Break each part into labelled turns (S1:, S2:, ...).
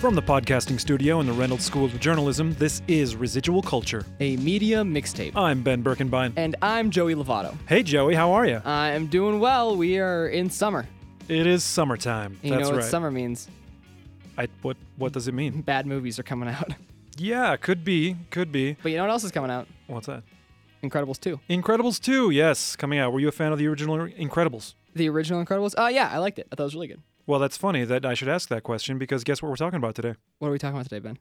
S1: From the podcasting studio in the Reynolds School of Journalism, this is Residual Culture.
S2: a media mixtape.
S1: I'm Ben Birkenbein.
S2: And I'm Joey Lovato.
S1: Hey, Joey, how are you?
S2: I am doing well. We are in summer.
S1: It is summertime.
S2: You
S1: That's
S2: know what
S1: right.
S2: summer means.
S1: I, what What does it mean?
S2: Bad movies are coming out.
S1: Yeah, could be, could be.
S2: But you know what else is coming out?
S1: What's that?
S2: Incredibles 2.
S1: Incredibles 2, yes, coming out. Were you a fan of the original Incredibles?
S2: The original Incredibles? Oh, yeah, I liked it. I thought it was really good.
S1: Well, that's funny that I should ask that question because guess what we're talking about today?
S2: What are we talking about today, Ben?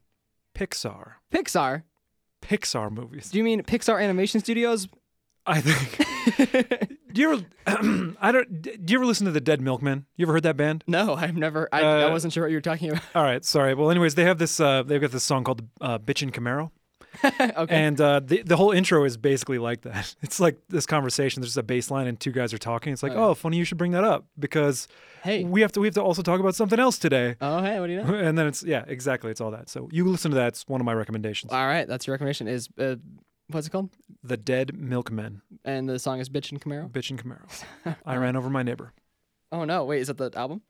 S1: Pixar.
S2: Pixar?
S1: Pixar movies.
S2: Do you mean Pixar Animation Studios?
S1: I think. Do you ever? I don't. Do you ever listen to the Dead Milkmen? You ever heard that band?
S2: no, I've never. I,
S1: Uh,
S2: I wasn't sure what you were talking
S1: All right, sorry. Well, anyways, they have this. Uh, they've got this song called uh, "Bitchin' Camaro,"
S2: about. okay.
S1: and uh, the the whole intro is basically like that. It's like this conversation. There's just a bass line, and two guys are talking. It's like,
S2: Oh, yeah.
S1: oh, funny you should bring that up because
S2: hey.
S1: we have to we have to also talk about something else today.
S2: oh, hey, what do you know?
S1: And then it's yeah, exactly. It's all that. So you listen to that. It's one of my recommendations.
S2: All right, that's your recommendation. Is uh, what's it called?
S1: The Dead Milkmen,
S2: And the song is Bitch and Camaro.
S1: "Bitchin' Camaro." I ran over my neighbor.
S2: Oh no, wait, is that the album?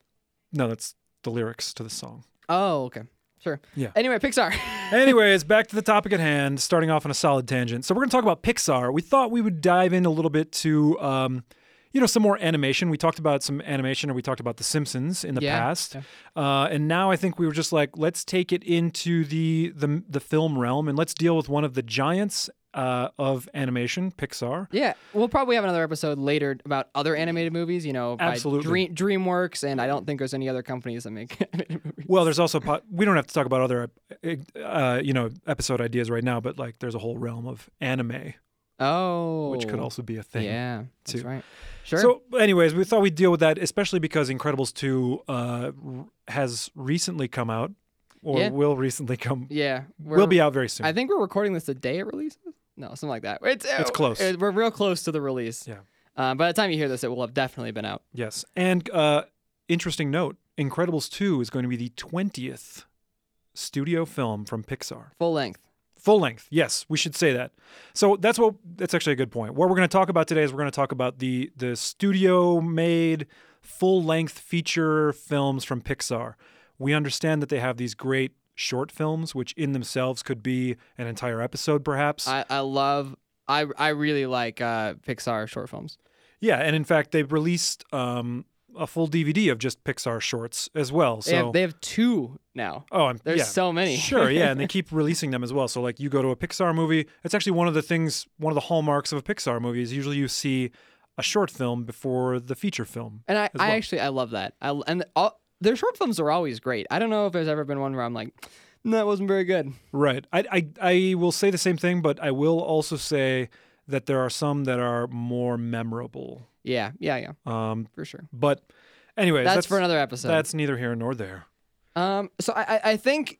S1: No, that's the lyrics to the song.
S2: Oh, okay, sure.
S1: Yeah.
S2: Anyway, Pixar.
S1: Anyways, back to the topic at hand, starting off on a solid tangent. So, we're going to talk about Pixar. We thought we would dive in a little bit to, um, you know, some more animation. We talked about some animation or we talked about The Simpsons in the
S2: Yeah,
S1: past.
S2: yeah.
S1: Uh, and now I think we were just like, let's take it into the, the, the film realm and let's deal with one of the giants uh, of animation, Pixar.
S2: Yeah, we'll probably have another episode later about other animated movies. You know, by
S1: Absolutely.
S2: Dream, DreamWorks, and I don't think there's any other companies that make animated movies.
S1: Well, there's also, po- we don't have to talk about other, uh, uh, you know, episode ideas right now, but like there's a whole realm of anime,
S2: Oh,
S1: which could also be a thing.
S2: yeah, that's
S1: too.
S2: right. Sure.
S1: So, anyways, we thought we'd deal with that, especially because Incredibles 2 uh, r- has recently come out or
S2: Yeah.
S1: will recently come.
S2: yeah, we're,
S1: Will be out very soon.
S2: I think we're recording this the day it releases. No, something like that. It's
S1: It's
S2: uh,
S1: close.
S2: uh, we're real close to the release.
S1: Yeah.
S2: Uh, by the time you hear this, it will have definitely been out.
S1: yes. And uh, interesting note Incredibles 2 is going to be the 20th studio film from Pixar.
S2: Full length.
S1: Full length. Yes, we should say that. So that's what that's actually a good point. What we're going to talk about today is we're going to talk about the the studio made full length feature films from Pixar. We understand that they have these great short films which in themselves could be an entire episode perhaps.
S2: I, I love. I I really like uh, Pixar short films.
S1: yeah, and in fact they've released um a full DVD of just Pixar shorts as well. So
S2: They have, they have two now.
S1: Oh, I'm
S2: There's
S1: yeah.
S2: so many.
S1: sure, yeah, and they keep releasing them as well. So like you go to a Pixar movie, it's actually one of the things, one of the hallmarks of a Pixar movie is usually you see a short film before the feature film.
S2: And I, I
S1: well.
S2: actually I love that. I and all, their short films are always great. I don't know if there's ever been one where I'm like, "No, that wasn't very good.
S1: Right. I I, I will say the same thing, but I will also say that there are some that are more memorable.
S2: Yeah, yeah, yeah,
S1: Um,
S2: for sure.
S1: but anyways,
S2: That's, for another episode.
S1: that's neither here nor there.
S2: um, so I I- I think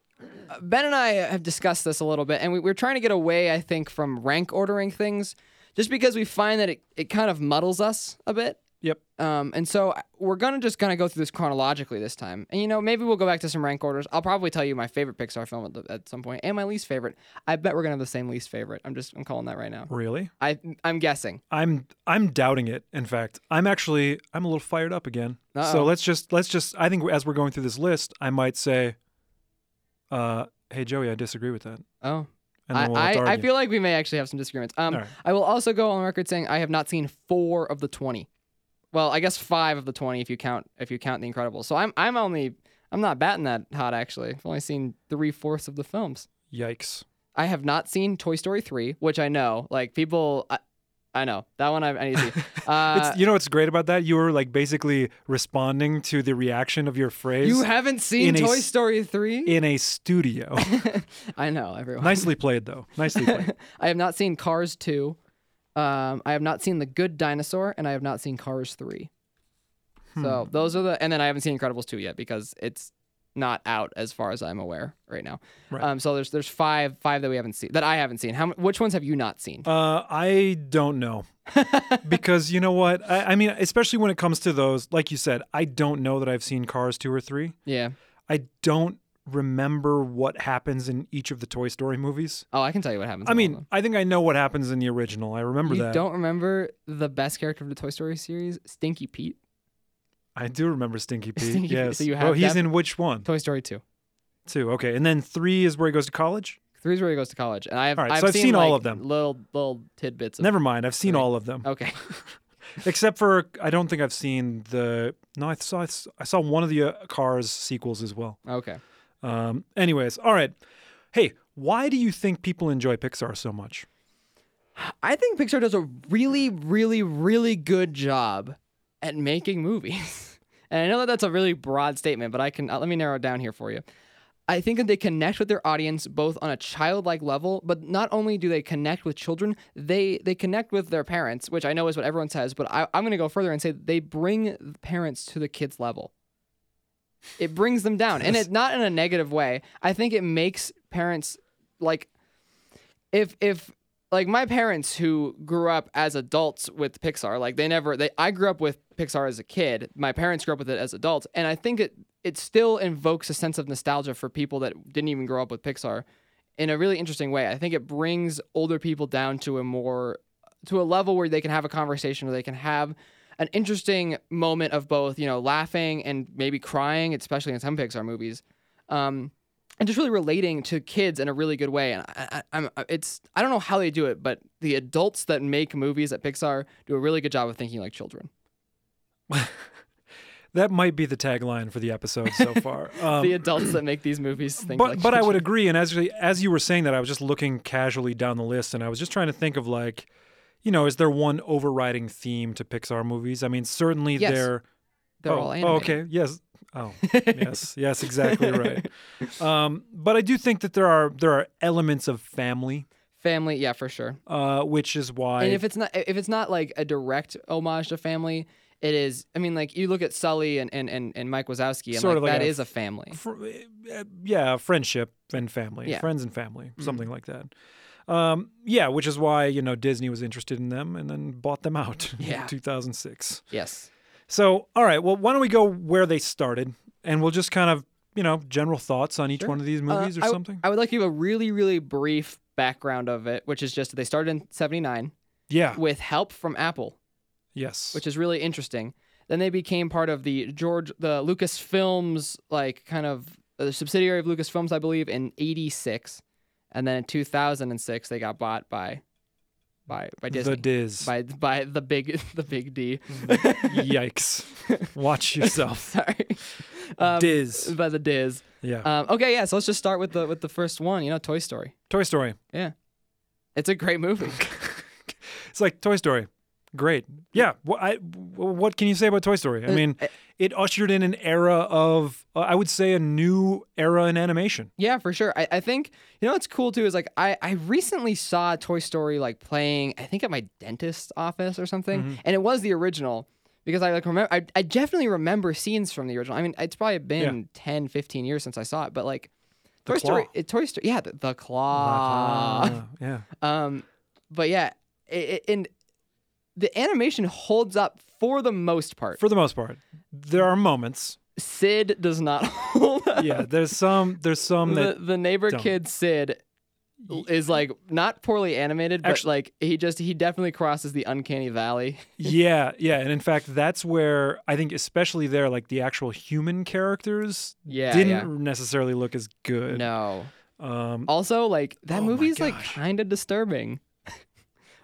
S2: Ben and I have discussed this a little bit, and we, we're trying to get away I think from rank ordering things, just because we find that it, it kind of muddles us a bit.
S1: Yep.
S2: Um, and so I- we're gonna just kind of go through this chronologically this time, and you know maybe we'll go back to some rank orders. I'll probably tell you my favorite Pixar film at, the, at some point, and my least favorite. I bet we're gonna have the same least favorite. I'm just I'm calling that right now.
S1: Really?
S2: I I'm guessing.
S1: I'm I'm doubting it. In fact, I'm actually I'm a little fired up again.
S2: Uh-oh.
S1: So let's just let's just I think as we're going through this list, I might say, uh, "Hey Joey, I disagree with that,"
S2: Oh,
S1: and then we'll
S2: I,
S1: have to
S2: I, I
S1: argue.
S2: feel like we may actually have some disagreements. Um,
S1: All right.
S2: I will also go on record saying I have not seen four of the twenty. Well, I guess five of the twenty if you count if you count The Incredibles. So I'm I'm only I'm not batting that hot actually. I've only seen three fourths of the films.
S1: Yikes!
S2: I have not seen Toy Story three, which I know like people. I, I know that one I, I need to see. Uh,
S1: it's, you know what's great about that? You were like basically responding to the reaction of your phrase
S2: you haven't seen
S1: in a
S2: Toy
S1: s-
S2: Story three.
S1: in a studio.
S2: Oh. I know everyone.
S1: Nicely played though. Nicely played.
S2: I have not seen Cars two. Um, I have not seen The Good Dinosaur, and I have not seen Cars three.
S1: Hmm.
S2: So those are the, and then I haven't seen Incredibles two yet because it's not out as far as I'm aware right now.
S1: Right.
S2: Um, so there's there's five five that we haven't seen that I haven't seen. How m- which ones have you not seen?
S1: Uh, I don't know. because you know what? I, I mean, especially when it comes to those, like you said, I don't know that I've seen Cars 2 or 3.
S2: yeah.
S1: I don't remember what happens in each of the Toy Story movies.
S2: Oh, I can tell you what happens.
S1: I
S2: in all of
S1: mean,
S2: them.
S1: I think I know what happens in the original. I remember
S2: you
S1: that.
S2: don't remember the best character of the Toy Story series, Stinky Pete,
S1: I do remember Stinky Pete.
S2: Stinky Pete,
S1: yes.
S2: so you
S1: oh,
S2: have
S1: he's
S2: that-
S1: in which one?
S2: Toy Story two.
S1: Two. Okay. And then three is where he goes to college.
S2: Three's where he goes to college, and I've
S1: All right,
S2: I've,
S1: so I've
S2: seen,
S1: seen all
S2: like,
S1: of them.
S2: Little little tidbits. Of,
S1: Never mind. I've seen
S2: Three. Oh.
S1: all of them
S2: Okay.
S1: except for I don't think I've seen the. No, I saw I saw one of the uh, Cars sequels as well.
S2: Okay.
S1: Um. Anyways, all right. Hey, why do you think people enjoy Pixar so much?
S2: I think Pixar does a really, really, really good job at making movies. And I know that that's a really broad statement, but I can uh, let me narrow it down here for you. I think that they connect with their audience both on a childlike level, but not only do they connect with children, they they connect with their parents, which I know is what everyone says, but I, I'm going to go further and say they bring parents to the kids level. It brings them down, and it not in a negative way. I think it makes parents like if if like my parents who grew up as adults with Pixar, like they never they I grew up with Pixar as a kid. My parents grew up with it as adults, and I think it it still invokes a sense of nostalgia for people that didn't even grow up with Pixar in a really interesting way. I think it brings older people down to a more to a level where they can have a conversation where they can have an interesting moment of both, you know, laughing and maybe crying, especially in some Pixar movies. Um, and just really relating to kids in a really good way. And I, I, I'm, uh, it's I don't know how they do it, but the adults that make movies at Pixar do a really good job of thinking like children.
S1: That might be the tagline for the episode so far. Um,
S2: the adults that make these movies think
S1: but
S2: like
S1: but I
S2: children.
S1: would agree. And as as you were saying that, I was just looking casually down the list, and I was just trying to think of like, you know, is there one overriding theme to Pixar movies? I mean, certainly
S2: Yes.
S1: they're
S2: They're
S1: oh,
S2: all
S1: oh,
S2: animated.
S1: okay. Yes. Oh, yes. Yes. Exactly right. Um, but I do think that there are there are elements of family,
S2: Family, yeah, for sure.
S1: uh, which is why
S2: and if it's not if it's not like a direct homage to family, it is. I mean, like you look at Sully and and and, and Mike Wazowski, and
S1: Sort
S2: like,
S1: of like
S2: that
S1: a-
S2: is a family.
S1: fr- uh, yeah, friendship and family,
S2: Yeah. Mm-hmm.
S1: friends and family, something like that. Um, yeah, which is why you know Disney was interested in them and then bought them out
S2: Yeah.
S1: in 2006.
S2: Yes.
S1: So, all right, well, why don't we go where they started and we'll just kind of, you know, general thoughts on each one of these
S2: Uh,
S1: movies or
S2: I-
S1: something?
S2: I would like to give a really really brief background of it, which is just that they started in '79
S1: yeah.
S2: with help from Apple.
S1: Yes.
S2: which is really interesting. Then they became part of the George, the Lucasfilms, like kind of uh, the subsidiary of Lucasfilms, I believe, in '86, and then in 2006 they got bought by, by by Disney,
S1: The Diz.
S2: by by the big the big D.
S1: Yikes. Watch yourself.
S2: Sorry, um,
S1: Diz.
S2: by the Diz.
S1: Yeah.
S2: Um, okay, yeah. So let's just start with the with the first one. You know, Toy Story.
S1: Toy Story.
S2: It's a great movie.
S1: It's like Toy Story. Great. Yeah. What, I, wh- what can you say about Toy Story? I mean,
S2: Uh,
S1: it ushered in an era of, uh, I would say, a new era in animation.
S2: Yeah, for sure. I, I think you know what's cool too is like I, I recently saw Toy Story like playing I think at my dentist's office or something,
S1: Mm-hmm.
S2: and it was the original because I like remember I, I definitely remember scenes from the original. I mean, it's probably been 10, 15 years since I saw it, but like
S1: The
S2: Toy Story,
S1: claw. Oh,
S2: it, Toy Story, yeah, the, the claw.
S1: Uh, yeah.
S2: Um, but yeah, it, it, and the animation holds up for the most part.
S1: For the most part, there are moments.
S2: Sid does not hold up.
S1: Yeah. There's some, there's some that
S2: the, the neighbor
S1: don't.
S2: kid Sid is like not poorly animated, but
S1: Actu-
S2: like he just he definitely crosses the uncanny valley.
S1: yeah, yeah, and in fact, that's where I think, especially there, like the actual human characters
S2: Yeah,
S1: didn't necessarily look as good.
S2: No.
S1: Um,
S2: Also, like that
S1: Oh my
S2: movie's like
S1: gosh.
S2: kind of disturbing, Oh,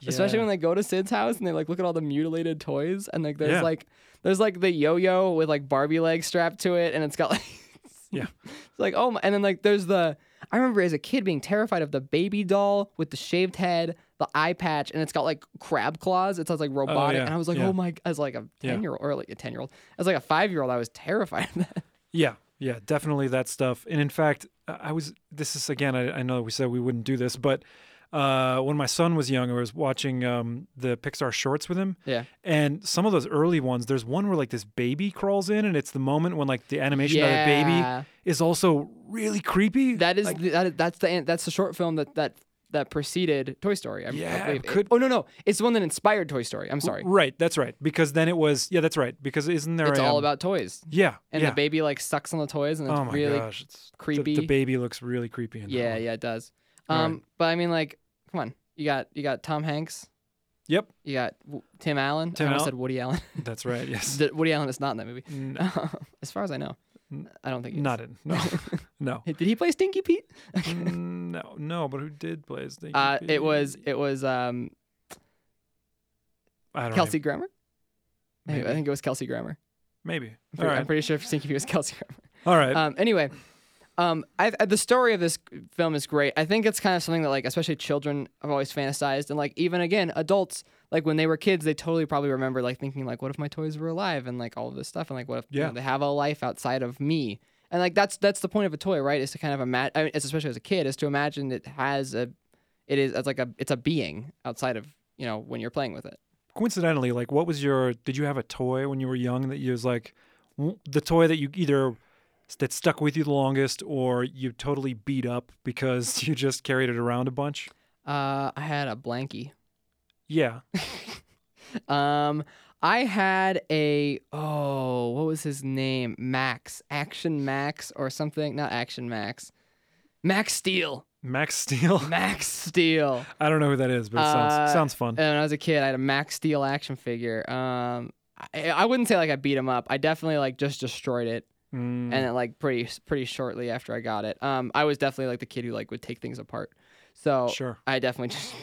S2: especially when they go to Sid's house and they like look at all the mutilated toys and like there's
S1: Yeah.
S2: like there's like the yo-yo with like Barbie legs strapped to it and it's got like
S1: Yeah.
S2: it's like oh my, and then like there's the I remember as a kid being terrified of the baby doll with the shaved head, the eye patch, and it's got like crab claws. It sounds like robotic,
S1: Oh, yeah,
S2: and I was like,
S1: yeah.
S2: oh my! As like a
S1: Yeah.
S2: ten year old or like a ten year old, as like a five year old, I was terrified of that.
S1: yeah, yeah, definitely that stuff. And in fact, I I was. This is again. I, I know we said we wouldn't do this, but uh, when my son was young, I was watching um, the Pixar shorts with him,
S2: Yeah,
S1: and some of those early ones. There's one where like this baby crawls in, and it's the moment when like the animation of the baby
S2: Yeah.
S1: is also really creepy.
S2: That is
S1: Like,
S2: the, that, that's the an- that's the short film that that that preceded Toy Story. I, I
S1: Yeah,
S2: believe.
S1: could-
S2: oh no no, it's the one that inspired Toy Story. I'm sorry,
S1: Right, that's right. Because then it was yeah, that's right. Because isn't there
S2: it's
S1: a,
S2: all
S1: um,
S2: about toys,
S1: Yeah.
S2: and
S1: yeah.
S2: the baby like sucks on the toys, and it's
S1: Oh my
S2: really
S1: gosh. It's, the- The,
S2: creepy.
S1: baby looks really creepy in that
S2: yeah
S1: one.
S2: yeah it does.
S1: All right.
S2: Um, but I mean like, come on, you got you got Tom Hanks.
S1: Yep.
S2: You got W- Tim Allen.
S1: Tim
S2: I almost
S1: Al-
S2: said Woody Allen.
S1: That's right. Yes.
S2: The- Woody Allen is not in that movie,
S1: N-
S2: as far as I know.
S1: N-
S2: I don't think he is.
S1: not in. No. No.
S2: Did he play Stinky Pete?
S1: Mm, no, no, but who did play as Stinky
S2: Uh,
S1: Pete?
S2: it was it was um,
S1: I don't
S2: Kelsey
S1: even-
S2: Grammer. I-
S1: Maybe.
S2: I think it was Kelsey Grammer.
S1: Maybe.
S2: I'm
S1: All
S2: pretty, I'm
S1: right.
S2: pretty sure Stinky Pete was Kelsey Grammer.
S1: All right.
S2: Um, anyway, um, I, I, the story of this film is great. I think it's kind of something that, like, especially children have always fantasized, and like even again, adults, like when they were kids, they totally probably remember like thinking like, what if my toys were alive, and like all of this stuff, and like what if you
S1: Yeah.
S2: know, they have a life outside of me, and like that's that's the point of a toy, right? Is to kind of imagine, I mean, it's especially as a kid, is to imagine it has a, it is as like a it's a being outside of you know when you're playing with it.
S1: Coincidentally, like, what was your? Did you have a toy when you were young that you was like, w- the toy that you either that stuck with you the longest, or you totally beat up because you just carried it around a bunch?
S2: Uh, I had a blankie.
S1: Yeah.
S2: Um, I had a oh, what was his name? Max, Action Max, or something? Not Action Max, Max Steel,
S1: Max Steel.
S2: Max Steel.
S1: I don't know who that is, but it sounds
S2: Uh,
S1: sounds fun.
S2: And when I was a kid, I had a Max Steel action figure. Um, I, I wouldn't say like I beat him up. I definitely like just destroyed it,
S1: Mm,
S2: and then like pretty pretty shortly after I got it. Um, I was definitely like the kid who like would take things apart. So
S1: sure.
S2: I definitely just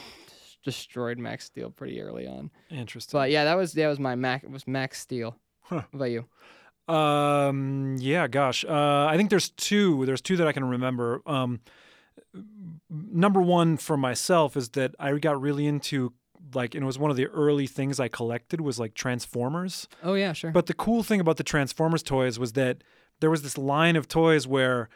S2: destroyed Max Steel pretty early on.
S1: Interesting.
S2: But yeah, that was that was my Mac was Max Steel.
S1: Huh.
S2: What about you?
S1: Um. Yeah. Gosh. Uh. I think there's two. There's two that I can remember. Um. Number one for myself is that I got really into like, and it was one of the early things I collected was like Transformers.
S2: Oh yeah, sure.
S1: But the cool thing about the Transformers toys was that there was this line of toys where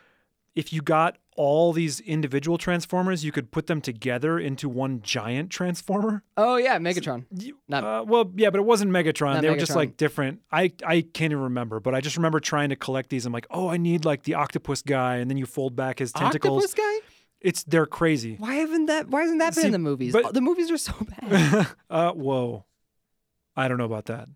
S1: if you got all these individual Transformers, you could put them together into one giant Transformer.
S2: Oh yeah, Megatron.
S1: You-
S2: Not-
S1: uh, well, yeah, but it wasn't Megatron.
S2: Not
S1: They were just
S2: Megatron.
S1: like different. I I can't even remember, but I just remember trying to collect these. I'm like, oh, I need like the octopus guy, and then you fold back his tentacles.
S2: Octopus guy?
S1: It's they're crazy.
S2: Why haven't that? Why hasn't that been
S1: See,
S2: in the movies?
S1: but-
S2: Oh, the movies are so bad.
S1: uh, whoa, I don't know about that.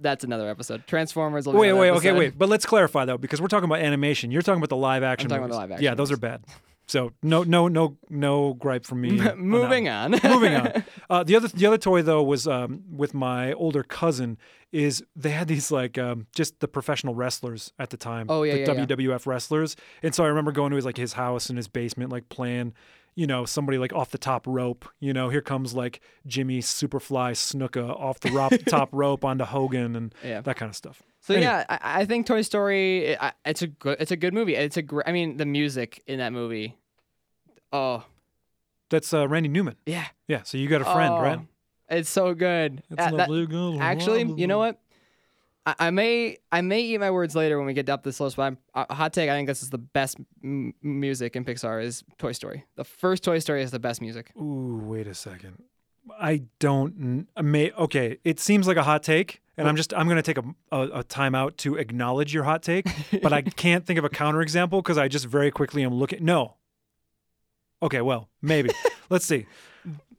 S2: That's another episode. Transformers. Will be
S1: Wait,
S2: another
S1: wait, okay,
S2: episode.
S1: wait. But let's clarify though, because we're talking about animation. You're talking about the live action.
S2: talking about
S1: movies.
S2: the live action
S1: Yeah, those are bad. So no, no, no, no gripe from me. on that one.
S2: Moving on.
S1: Moving on. Uh, the other the other toy though was um, with my older cousin. Is they had these like um, just the professional wrestlers at the time.
S2: Oh, yeah,
S1: the
S2: yeah, yeah.
S1: WWF wrestlers. And so I remember going to his like his house in his basement, like playing, you know, somebody like off the top rope. You know, here comes like Jimmy Superfly Snuka off the ro- top rope onto Hogan and
S2: Yeah.
S1: that kind of stuff.
S2: So
S1: Anyway.
S2: yeah, I, I think Toy Story. I, it's a good. It's a good movie. It's a great. I mean, the music in that movie. Oh
S1: That's uh, Randy Newman.
S2: yeah.
S1: Yeah, so you got a friend,
S2: Oh,
S1: right?
S2: It's so good. Uh, that- actually, you know what? I, I may I may eat my words later when we get up this list, but I'm, uh, hot take. I think this is the best m- music in Pixar is Toy Story. The first Toy Story is the best music.
S1: Ooh, wait a second. I don't kn- may okay. It seems like a hot take, and I'm just I'm gonna take a a, a timeout to acknowledge your hot take, but I can't think of a counterexample because I just very quickly am looking. No. Okay, well maybe. Let's see.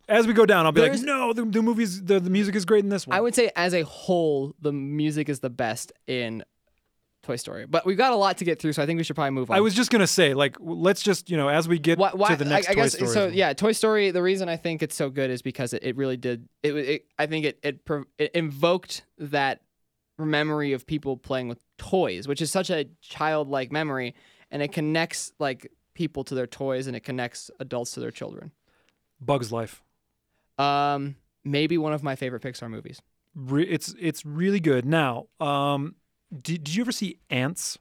S1: As we go down, I'll be
S2: There's-
S1: like, no, the, the movies, the, the music is great in this one.
S2: I would say as a whole, the music is the best in Toy Story. But we've got a lot to get through, so I think we should probably move on.
S1: I was just gonna say, like, w- let's just you know, as we get
S2: why, why,
S1: to the next
S2: I, I
S1: Toy
S2: guess
S1: Story,
S2: so. Yeah, Toy Story. The reason I think it's so good is because it, it really did. It, wa- it I think it, it prov- it invoked that memory of people playing with toys, which is such a childlike memory, and it connects like people to their toys, and it connects adults to their children.
S1: Bugs Life.
S2: Um, maybe one of my favorite Pixar movies.
S1: Re- it's it's really good. Now, um, did, did you ever see Ants?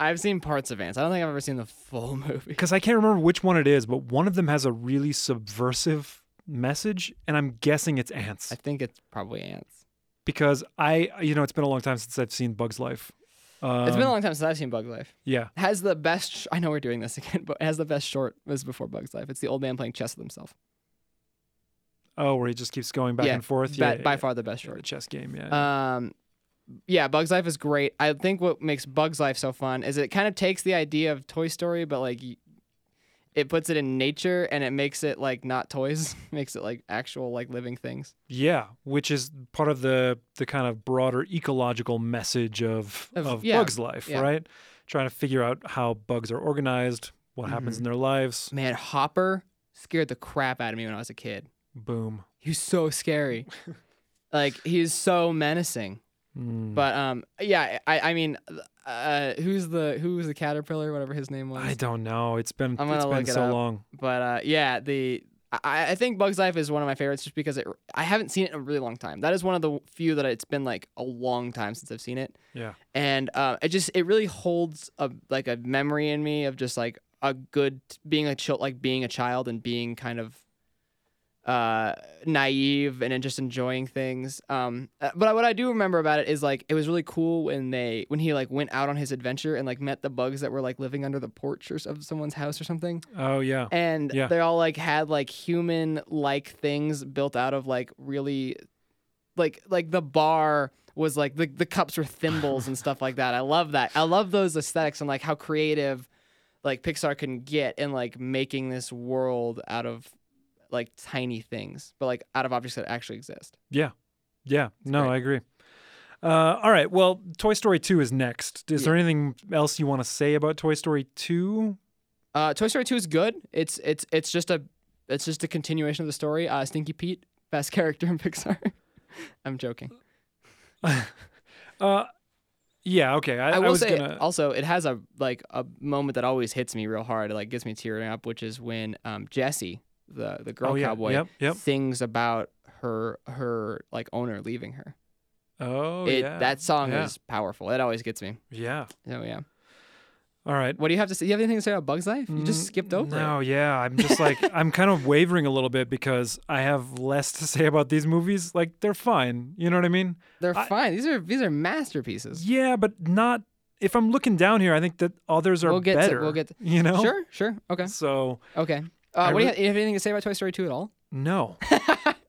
S2: I've seen parts of Ants. I don't think I've ever seen the full movie.
S1: because I can't remember which one it is, but one of them has a really subversive message, and I'm guessing it's ants
S2: I think it's probably Ants.
S1: because I, you know, it's been a long time since I've seen Bugs Life. Um,
S2: it's been a long time since I've seen Bug Life.
S1: yeah.
S2: has the best. Sh- I know we're doing this again, but it has the best short. Was before Bugs Life. It's the old man playing chess with himself.
S1: Oh, where he just keeps going back
S2: Yeah,
S1: and forth.
S2: Ba-
S1: yeah,
S2: by
S1: yeah,
S2: far the best
S1: yeah, the
S2: short.
S1: chess game. Yeah.
S2: Um, yeah, Bugs Life is great. I think what makes Bugs Life so fun is it kind of takes the idea of Toy Story, but like y- it puts it in nature and it makes it like not toys, makes it like actual like living things.
S1: yeah, which is part of the the kind of broader ecological message of of,
S2: Of- yeah,
S1: Bugs Life,
S2: yeah.
S1: right? Trying to figure out how bugs are organized, what
S2: Mm-hmm.
S1: happens in their lives.
S2: Man, Hopper scared the crap out of me when I was a kid.
S1: Boom.
S2: He was so scary. like he is so menacing.
S1: Mm.
S2: But um, yeah, I I mean, uh, who's the who's the caterpillar, whatever his name was.
S1: I don't know. It's been
S2: I'm
S1: it's
S2: gonna
S1: been
S2: look it
S1: so
S2: up.
S1: long.
S2: but uh, yeah, the I, I think Bugs Life is one of my favorites just because it I haven't seen it in a really long time. That is one of the few that it's been like a long time since I've seen it,
S1: Yeah.
S2: and uh, it just it really holds a like a memory in me of just like a good being a child like being a child and being kind of uh naive and just enjoying things um uh, but what i do remember about it is like it was really cool when they when he like went out on his adventure and like met the bugs that were like living under the porch or s- of someone's house or something
S1: Oh yeah.
S2: and
S1: Yeah.
S2: they all like had like human like things built out of like really like like the bar was like the, the cups were thimbles and stuff like that i love that i love those aesthetics and like how creative like pixar can get in like making this world out of like tiny things but like out of objects that actually exist
S1: Yeah. No,
S2: great.
S1: I agree. Uh, all right. Well, Toy Story 2 is next. Is there anything else you want to say about Toy Story 2?
S2: uh toy story 2 is good it's it's it's just a it's just a continuation of the story uh stinky pete best character in pixar i'm joking
S1: Uh, yeah. Okay. I,
S2: I will
S1: was
S2: say
S1: gonna.
S2: also it has a like a moment that always hits me real hard. It like gets me tearing up, which is when um Jessie, the the girl
S1: oh yeah.
S2: cowboy,
S1: Yep. Yep.
S2: sings about her her like owner leaving her.
S1: Oh
S2: it,
S1: yeah.
S2: That song
S1: yeah.
S2: is powerful. It always gets me.
S1: Yeah.
S2: Oh yeah.
S1: All right.
S2: What do you have to say? You have anything to say about Bugs Life? You just
S1: Mm,
S2: skipped over
S1: No,
S2: it.
S1: yeah, I'm just like I'm kind of wavering a little bit because I have less to say about these movies. Like they're fine, you know what I mean?
S2: They're
S1: I-
S2: fine. These are these are masterpieces.
S1: Yeah, but not. If I'm looking down here, I think that others are
S2: We'll get to-
S1: better.
S2: we'll get to-
S1: you know.
S2: Sure, sure. Okay.
S1: So
S2: Okay.
S1: I
S2: Uh, what do you
S1: re-
S2: have, you have anything to say about Toy Story 2 at all?
S1: no,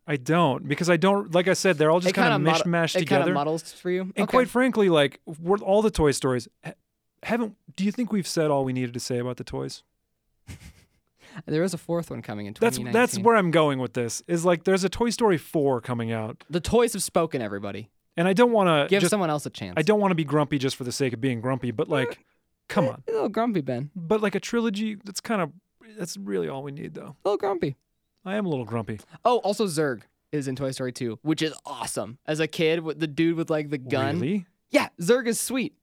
S1: I don't because I don't. Like I said, they're all just
S2: It kinda
S1: kind of
S2: mod-
S1: mishmashed
S2: It kind
S1: together.
S2: of models for you.
S1: and
S2: okay.
S1: quite frankly, like we all the Toy Stories ha- haven't. Do you think we've said all we needed to say about the toys?
S2: there is a fourth one coming in
S1: That's
S2: 2019.
S1: that's where I'm going with this. Is like there's a Toy Story four coming out,
S2: the toys have spoken. Everybody,
S1: and I don't want to
S2: give
S1: just
S2: someone else a chance.
S1: I don't want to be grumpy just for the sake of being grumpy, but like, come on.
S2: A little grumpy, Ben.
S1: But like a trilogy, that's kind of that's really all we need, though.
S2: A little grumpy.
S1: I am a little grumpy.
S2: Oh, also Zurg is in Toy Story 2, which is awesome. As a kid, with the dude with like the gun.
S1: Really?
S2: Yeah, Zurg is sweet.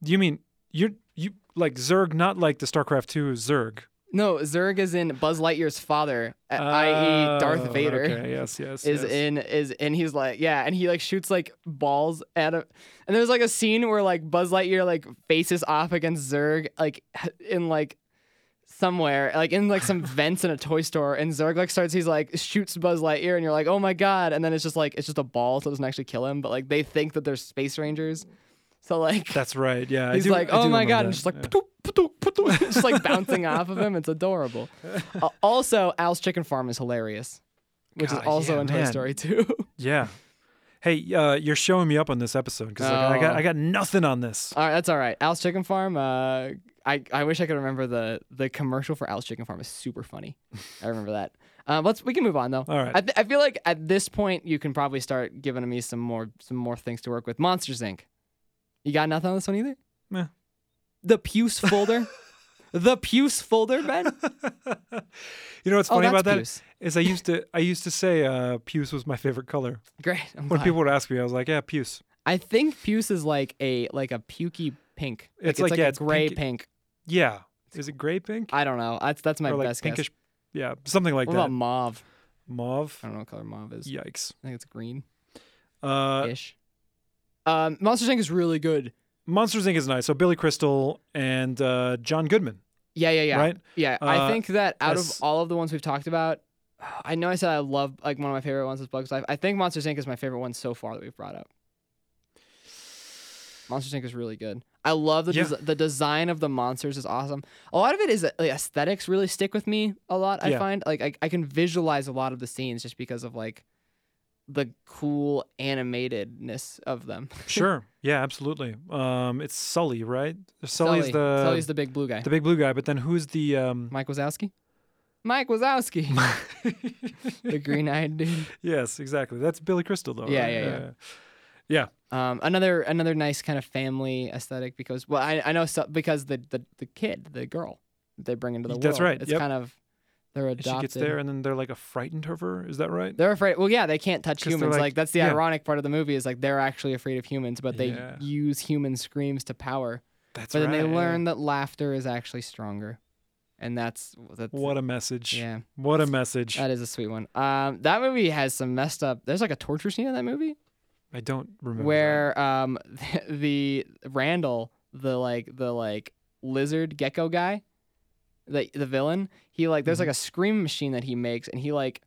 S1: You mean you're you like Zerg, not like the StarCraft Two Zerg,
S2: No, Zurg is in Buzz Lightyear's father, a- i.e.,
S1: Oh,
S2: E Darth Vader.
S1: Okay, yes, yes.
S2: Is
S1: yes.
S2: in is and he's like yeah and he like shoots like balls at him and there's like a scene where like Buzz Lightyear like faces off against Zurg like in like somewhere like in like some vents in a toy store and Zurg like starts he's like shoots Buzz Lightyear and you're like oh my god and then it's just like it's just a ball so it doesn't actually kill him but like they think that they're space rangers so like
S1: That's right. Yeah. I
S2: He's
S1: do-
S2: like,
S1: I
S2: oh
S1: do
S2: my
S1: remember
S2: god,
S1: that.
S2: and just like,
S1: Yeah.
S2: "Patoop, patoop, patoop," just like bouncing off of him. It's adorable. Uh, also, Al's Chicken Farm is hilarious, which
S1: God,
S2: is also
S1: yeah,
S2: in
S1: man.
S2: Toy Story 2.
S1: yeah. Hey, uh, you're showing me up on this episode because like, I got
S2: Oh.
S1: I got nothing on this.
S2: all right, that's all right. Al's Chicken Farm. Uh, I I wish I could remember the the commercial for Al's Chicken Farm is super funny. I remember that. Um, let's we can move on though.
S1: All right.
S2: I, th- I feel like at this point you can probably start giving me some more some more things to work with. Monsters Inc. You got nothing on this one either.
S1: Meh.
S2: The Puce folder. the Puce folder, Ben.
S1: You know what's
S2: Oh,
S1: funny
S2: that's
S1: about that
S2: Puce.
S1: is I used to I used to say uh, puce was my favorite color.
S2: Great. I'm
S1: When
S2: glad.
S1: people would ask me, I was like, yeah, puce.
S2: I think puce is like a like a pukey pink.
S1: It's like, yeah,
S2: a
S1: it's
S2: gray
S1: pinky-
S2: pink.
S1: Yeah. Is it gray pink?
S2: I don't know. That's that's my
S1: or like
S2: best
S1: pinkish?
S2: guess.
S1: Yeah, something like
S2: What
S1: that.
S2: about mauve?
S1: Mauve.
S2: I don't know what color mauve is.
S1: Yikes.
S2: I think it's green
S1: Uh,
S2: ish. um, Monster Inc is really good.
S1: Monsters Inc. is nice. So Billy Crystal and uh, John Goodman,
S2: Yeah, yeah, yeah.
S1: right?
S2: Yeah,
S1: Uh,
S2: I think that out
S1: as-
S2: of all of the ones we've talked about, I know I said I love like one of my favorite ones is Bugs Life. I think Monsters Inc is my favorite one so far that we've brought up. Monsters Inc is really good. I love the
S1: Yeah.
S2: des- the design of the monsters is awesome. A lot of it is like, aesthetics really stick with me a lot. I
S1: Yeah.
S2: find like I, I can visualize a lot of the scenes just because of like the cool animatedness of them.
S1: Sure. Yeah, absolutely. Um, it's Sully, right? Sully's
S2: Sully-
S1: the
S2: Sully's the big blue guy.
S1: the big blue guy, but then who's the um,
S2: Mike Wazowski. Mike Wazowski, the green-eyed dude.
S1: Yes, exactly. That's Billy Crystal though.
S2: Yeah,
S1: right?
S2: yeah, yeah. Um, another another nice kind of family aesthetic because well I, I know so, because the, the the kid the girl they bring into the
S1: That's
S2: world
S1: right,
S2: it's
S1: yep.
S2: kind of They're
S1: And
S2: adopted.
S1: she gets there and then they're like a frightened of her. Is that right?
S2: They're afraid. Well, yeah, they can't touch
S1: 'Cause they're
S2: humans.
S1: like-
S2: Like, that's the
S1: yeah.
S2: ironic part of the movie is like they're actually afraid of humans, but they
S1: Yeah.
S2: use human screams to power.
S1: That's
S2: but
S1: right.
S2: then they
S1: yeah.
S2: learn that laughter is actually stronger, and that's that's
S1: What a message.
S2: yeah.
S1: What a message.
S2: That is a sweet one. Um, that movie has some messed up. There's like a torture scene in that movie
S1: I don't remember. that.
S2: where um, the, Randall, the like the like lizard gecko guy, the the villain. He like
S1: Mm-hmm.
S2: there's like a scream machine that he makes, and he like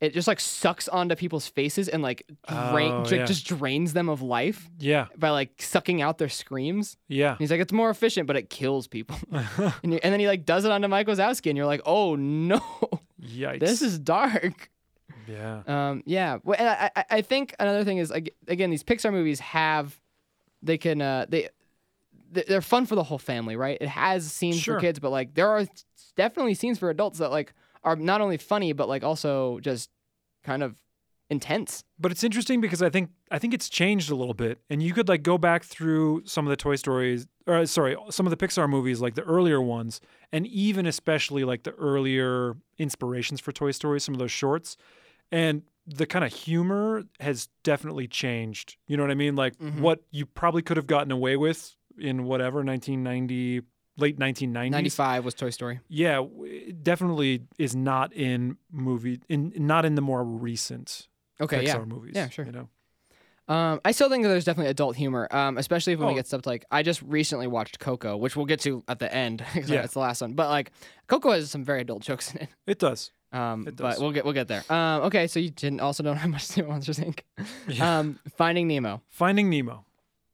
S2: it just like sucks onto people's faces and like drain,
S1: Oh,
S2: ju-
S1: yeah.
S2: just drains them of life
S1: Yeah.
S2: by like sucking out their screams.
S1: Yeah.
S2: And he's like, it's more efficient, but it kills people. and, you and then he like does it onto Mike Wazowski, and you're like, oh no,
S1: Yikes.
S2: this is dark.
S1: Yeah.
S2: Um, yeah. Well, and I, I- I think another thing is ag- again, these Pixar movies have, they can, uh, they, th- they're fun for the whole family, right? It has scenes
S1: Sure.
S2: for kids, but like there are definitely scenes for adults that like are not only funny but like also just kind of intense.
S1: But it's interesting because I think I think it's changed a little bit, and you could like go back through some of the Toy Stories, or sorry, some of the Pixar movies, like the earlier ones, and even especially like the earlier inspirations for Toy Story, some of those shorts, and the kind of humor has definitely changed. You know what I mean? Like
S2: Mhm.
S1: what you probably could have gotten away with in whatever 1990, late 1990s.
S2: Ninety-five was Toy Story.
S1: Yeah, w- it definitely is not in movie in not in the more recent Pixar
S2: Okay, yeah.
S1: movies.
S2: Yeah, sure.
S1: You know.
S2: Um, I still think that there's definitely adult humor, um, especially when
S1: Oh.
S2: we get stuff like I just recently watched Coco, which we'll get to at the end. 'cause
S1: Yeah.
S2: it's the last one, but like Coco has some very adult jokes in it.
S1: It does.
S2: Um,
S1: It does.
S2: but we'll get we'll get there. Um, okay, so you didn't also don't have much to do with Monsters Inc.
S1: Yeah.
S2: Um, Finding Nemo.
S1: Uh, Finding Nemo.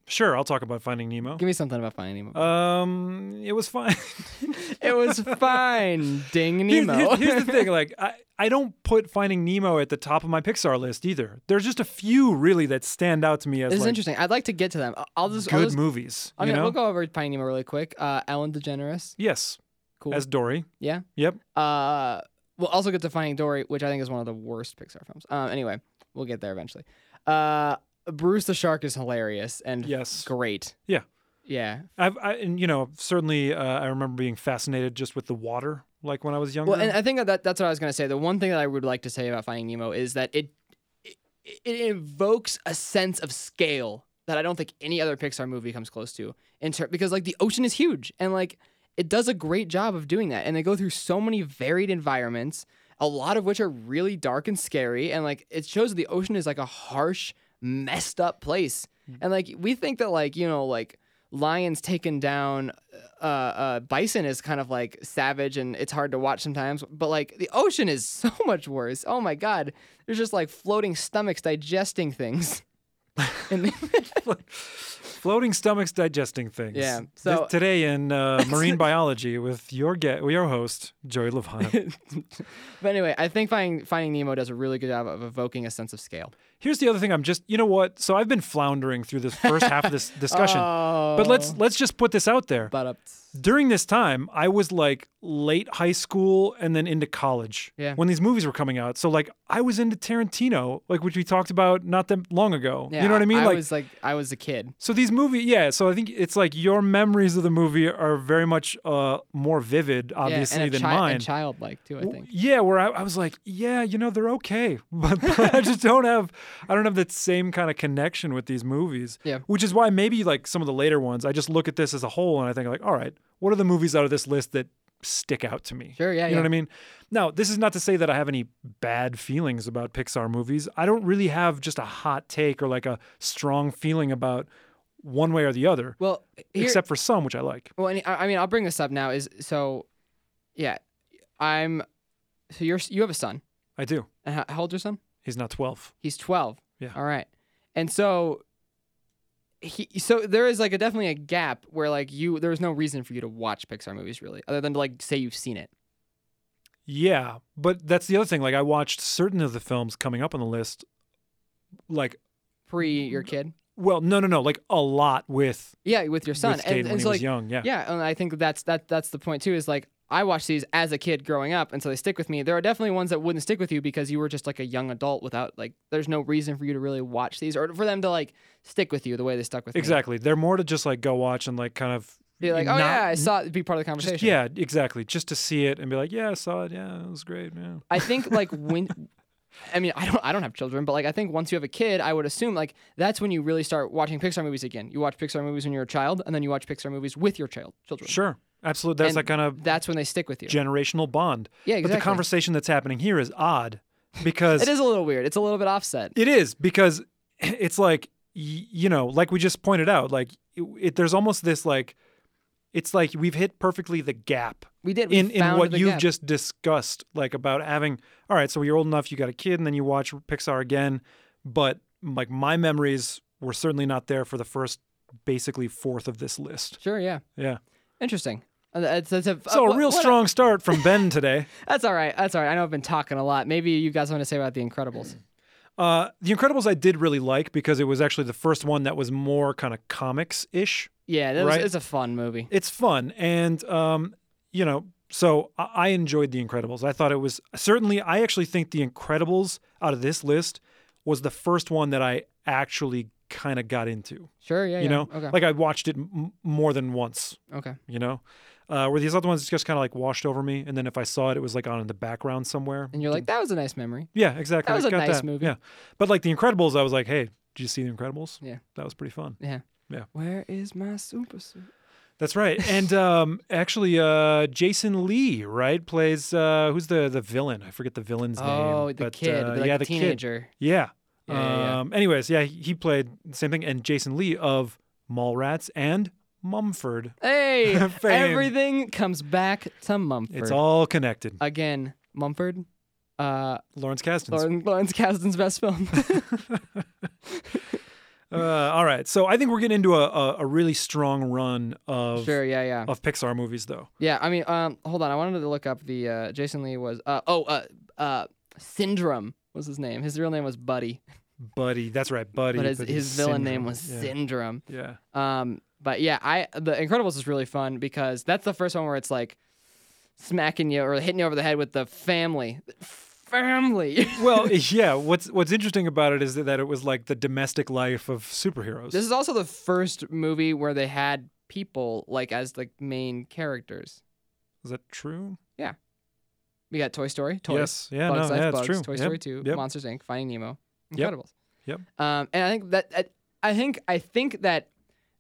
S1: Sure, I'll talk about Finding Nemo.
S2: Give me something about Finding Nemo.
S1: Um, it was fine.
S2: it was fine, Ding
S1: Here's-
S2: Nemo.
S1: Here's, here's the thing, like I, I don't put Finding Nemo at the top of my Pixar list either. There's just a few really that stand out to me as
S2: this is
S1: like
S2: interesting. I'd like to get to them. I'll- I'll just, I'll
S1: good
S2: just-
S1: movies.
S2: I
S1: you
S2: mean,
S1: know?
S2: we'll go over Finding Nemo really quick. Uh, Ellen DeGeneres,
S1: yes,
S2: cool.
S1: as Dory.
S2: yeah.
S1: Yep.
S2: Uh, we'll also get to Finding Dory, which I think is one of the worst Pixar films. Um, anyway, we'll get there eventually. Uh, Bruce the Shark is hilarious and
S1: Yes.
S2: great.
S1: Yeah.
S2: Yeah.
S1: I've, I, and you know, certainly uh, I remember being fascinated just with the water, like when I was younger.
S2: Well, and I think that that's what I was going to say. The one thing that I would like to say about Finding Nemo is that it, it it invokes a sense of scale that I don't think any other Pixar movie comes close to. In ter- because like the ocean is huge, and like it does a great job of doing that. And they go through so many varied environments, a lot of which are really dark and scary. And like it shows that the ocean is like a harsh, messed up place. And like we think that like you know like lions taking down uh, uh, bison is kind of like savage and it's hard to watch sometimes. But like the ocean is so much worse. Oh my god, there's just like floating stomachs digesting things. And they-
S1: Floating stomachs digesting things.
S2: Yeah,
S1: This-
S2: so-
S1: today in uh, marine biology with your get your host Joey Levine.
S2: but anyway, I think finding Finding Nemo does a really good job of evoking a sense of scale.
S1: Here's the other thing. I'm just you know what? So I've been floundering through this first half of this discussion. But let's let's just put this out there.
S2: Oh. But uh, up.
S1: During this time, I was like late high school and then into college
S2: Yeah.
S1: when these movies were coming out. So like I was into Tarantino, like which we talked about not that long ago. you know what I mean?
S2: I
S1: like
S2: was like I was a kid.
S1: So these movie, yeah. So I think it's like your memories of the movie are very much uh, more vivid, obviously,
S2: yeah, and a
S1: than
S2: chi-
S1: mine.
S2: and childlike too. I
S1: W-
S2: think.
S1: yeah, where I, I was like, yeah, you know, they're okay, but, but I just don't have, I don't have that same kind of connection with these movies.
S2: Yeah.
S1: Which is why maybe like some of the later ones, I just look at this as a whole and I think like, all right, what are the movies out of this list that stick out to me?
S2: Sure, yeah,
S1: You know
S2: yeah.
S1: what I mean? Now, this is not to say that I have any bad feelings about Pixar movies. I don't really have just a hot take or like a strong feeling about one way or the other,
S2: Well, here,
S1: except for some which I like.
S2: Well, and I I mean, I'll bring this up now. Is so, yeah, I'm. So you're you have a son.
S1: I do.
S2: And how, how old's your son?
S1: He's not 12.
S2: He's twelve.
S1: Yeah.
S2: All right. And so, he so there is like a definitely a gap where like you there's no reason for you to watch Pixar movies really, other than to like say you've seen it.
S1: Yeah, but that's the other thing. Like I watched certain of the films coming up on the list, like
S2: pre your
S1: Mm,
S2: kid.
S1: well, no, no, no, like a lot with
S2: Yeah, with your son.
S1: with
S2: and
S1: Cade
S2: and
S1: when he
S2: so
S1: was
S2: like
S1: young. Yeah.
S2: yeah, and I think that's that that's the point too is like I watched these as a kid growing up and so they stick with me. There are definitely ones that wouldn't stick with you because you were just like a young adult without like there's no reason for you to really watch these or for them to like stick with you the way they stuck with me.
S1: exactly. They're more to just like go watch and like kind of
S2: Be like,
S1: Not-
S2: oh yeah, I saw it. Be part of the
S1: Just,
S2: conversation.
S1: yeah, exactly. Just to see it and be like, yeah, I saw it. Yeah, it was great. Yeah.
S2: I think like when I mean I don't I don't have children, but like I think once you have a kid, I would assume like that's when you really start watching Pixar movies again. You watch Pixar movies when you're a child, and then you watch Pixar movies with your child children.
S1: Sure. Absolutely. There's
S2: And
S1: that kind of
S2: That's when they stick with you.
S1: generational bond.
S2: Yeah,
S1: But the
S2: exactly.
S1: conversation that's happening here is odd because
S2: it is a little weird. It's a little bit offset.
S1: It is because it's like y- you know, like we just pointed out, like it, it, there's almost this like it's like we've hit perfectly the gap
S2: We did we
S1: in in
S2: found
S1: what
S2: the
S1: you've
S2: gap.
S1: just discussed, like about having all right, so you're old enough, you got a kid, and then you watch Pixar again, but like my memories were certainly not there for the first basically fourth of this list.
S2: sure yeah
S1: Yeah,
S2: interesting. Uh, That's, that's a,
S1: so
S2: uh,
S1: a real
S2: what-
S1: strong start from Ben today.
S2: That's all right. That's all right. I know I've been talking a lot. Maybe you guys want to say about The Incredibles.
S1: Uh, the Incredibles I did really like because it was actually the first one that was more kind of comics ish.
S2: Yeah, that was,
S1: Right.
S2: it's a fun movie.
S1: it's fun and um you know so I- i enjoyed the incredibles i thought it was certainly i actually think the incredibles out of this list was the first one that i actually kind of got into
S2: Sure, yeah,
S1: you
S2: yeah.
S1: know
S2: okay,
S1: like i watched it m- more than once
S2: okay.
S1: you know uh where these other ones just kind of like washed over me and then if i saw it it was like on in the background somewhere
S2: And you're like, that was a nice memory.
S1: yeah exactly
S2: that was
S1: I
S2: a
S1: got
S2: nice movie.
S1: yeah but like the incredibles i was like hey did you see the incredibles
S2: Yeah.
S1: that was pretty fun
S2: Yeah.
S1: Yeah.
S2: Where is my super suit?
S1: That's right. And um, actually, uh, Jason Lee, right, plays uh, who's the the villain? I forget the villain's name.
S2: Oh, the
S1: but,
S2: kid,
S1: uh,
S2: like
S1: yeah,
S2: the,
S1: kid.
S2: teenager.
S1: Yeah.
S2: Yeah, yeah, yeah.
S1: Um, anyways, yeah, he he played the same thing. And Jason Lee of Mallrats and Mumford.
S2: Hey,
S1: Fame.
S2: everything comes back to Mumford. Uh,
S1: It's all connected.
S2: again. Mumford, uh,
S1: Lawrence Kasdan.
S2: Lauren, Lawrence Kasdan's best film.
S1: Uh, all right. So I think we're getting into a, a, a really strong run of
S2: sure, yeah, yeah,
S1: of Pixar movies, though.
S2: yeah. I mean, um, hold on, I wanted to look up the uh, Jason Lee was. Uh, oh, uh, uh, Syndrome was his name. His real name was Buddy,
S1: Buddy. That's right, Buddy.
S2: but his,
S1: Buddy
S2: his villain name
S1: Syndrome.
S2: was
S1: yeah.
S2: Syndrome.
S1: Yeah.
S2: Um, but yeah, I the Incredibles is really fun because that's the first one where it's like smacking you or hitting you over the head with the family, family.
S1: well, yeah. What's what's interesting about it is that, that it was like the domestic life of superheroes.
S2: this is also the first movie where they had people like as the main characters.
S1: is that true?
S2: We got Toy Story, Toys,
S1: Yes. Yeah.
S2: Bugs
S1: no.
S2: Life
S1: Yeah.
S2: Bugs,
S1: It's true.
S2: Toy
S1: Yep,
S2: Story Two,
S1: Yep.
S2: Monsters Inc., Finding Nemo,
S1: Yep.
S2: Incredibles.
S1: Yep.
S2: Um, and I think that that- I think I think that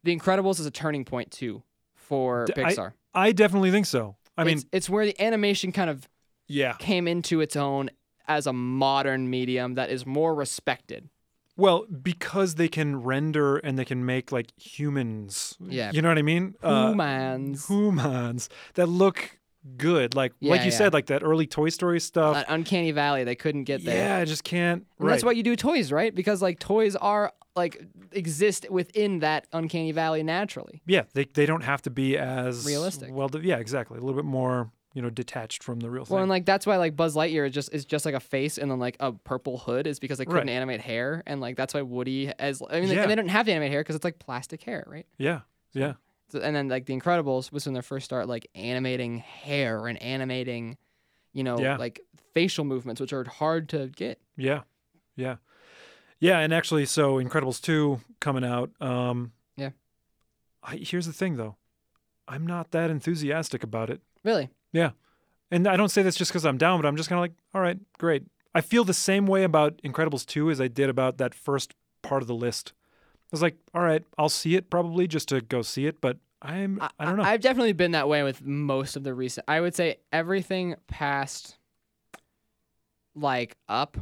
S2: the Incredibles is a turning point too for
S1: D- I-
S2: Pixar.
S1: I definitely think so. I mean,
S2: it's, it's where the animation kind of
S1: yeah.
S2: came into its own as a modern medium that is more respected.
S1: Well, because they can render and they can make like humans.
S2: Yeah.
S1: You know what I mean? Uh,
S2: Humans.
S1: humans that look good. Like like
S2: Yeah,
S1: you
S2: yeah.
S1: said, like that early Toy Story stuff.
S2: That Uncanny Valley, they couldn't get there.
S1: yeah. I just can't.
S2: And
S1: right.
S2: That's why you do toys, right? Because like toys are like exist within that Uncanny Valley naturally.
S1: yeah. They they don't have to be as
S2: Realistic.
S1: Well, yeah. Exactly. A little bit more. You know, detached from the real thing.
S2: Well, and like that's why like Buzz Lightyear is just is just like a face and then like a purple hood is because they couldn't
S1: Right.
S2: animate hair and like that's why Woody as I mean like,
S1: Yeah.
S2: and they don't have to animate hair because it's like plastic hair, right?
S1: yeah. Yeah.
S2: So- and then like the Incredibles was when they first start like animating hair and animating, you know,
S1: Yeah.
S2: like facial movements, which are hard to get.
S1: Yeah. Yeah. Yeah, and actually so Incredibles 2 coming out. Um
S2: Yeah.
S1: I, here's the thing though. I'm not that enthusiastic about it.
S2: Really?
S1: And I don't say this just cuz I'm down, but I'm just kind of like, all right, great. I feel the same way about Incredibles 2 as I did about that first part of the list. I was like, all right, I'll see it probably just to go see it, but I'm I, don't know.
S2: I've definitely been that way with most of the recent. I would say everything past like up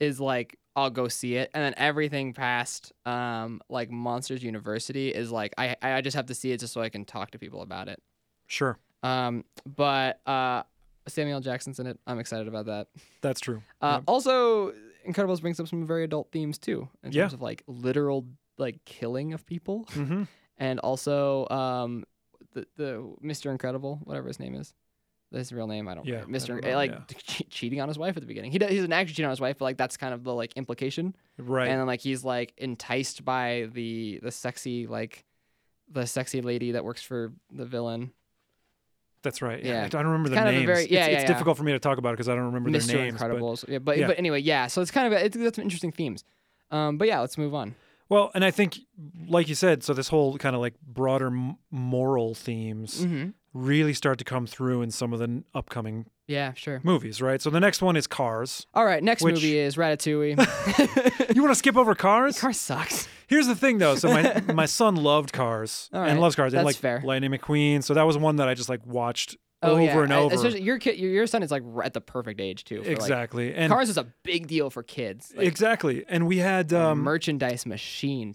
S2: is like I'll go see it, and then everything past um like Monsters University is like I I just have to see it just so I can talk to people about it.
S1: sure.
S2: Um, but uh, Samuel L. Jackson's in it. I'm excited about that.
S1: That's true.
S2: Uh,
S1: Yep.
S2: Also, Incredibles brings up some very adult themes too, in
S1: Yeah.
S2: terms of like literal like killing of people,
S1: Mhm.
S2: and also um, the the Mr. Incredible, whatever his name is, his real name I don't.
S1: Yeah, I
S2: Mr.
S1: don't know,
S2: like
S1: yeah.
S2: che- cheating on his wife at the beginning. He does, he doesn't actually cheat on his wife, but like that's kind of the like implication.
S1: Right.
S2: And then like he's like enticed by the the sexy like the sexy lady that works for the villain,
S1: That's right. Yeah.
S2: Yeah.
S1: I don't remember the
S2: It's kind of a
S1: names.
S2: very-
S1: It's-
S2: yeah,
S1: it's
S2: yeah, yeah.
S1: difficult for me to talk about because I don't remember
S2: Mr.
S1: their names. but-
S2: Incredibles. yeah, but
S1: Yeah.
S2: but anyway, yeah. So it's kind of a, it's, that's some interesting themes. Um, but yeah, let's move on.
S1: Well, and I think, like you said, so this whole kind of like broader m- moral themes
S2: hmm
S1: really start to come through in some of the n- upcoming
S2: Yeah, sure.
S1: movies, right? So the next one is Cars.
S2: All right, next
S1: Which-
S2: movie is Ratatouille.
S1: You want to skip over Cars?
S2: Car sucks.
S1: Here's the thing, though. So my my son loved Cars
S2: All
S1: and
S2: right.
S1: loves Cars and like
S2: That's fair.
S1: Lightning McQueen. So that was one that I just like watched
S2: Oh,
S1: over
S2: yeah.
S1: and
S2: I-
S1: over.
S2: especially your kid, your, your son is like r- at the perfect age too. For Like,
S1: exactly, and
S2: Cars is a big deal for kids. Like,
S1: exactly, and we had um,
S2: merchandise machine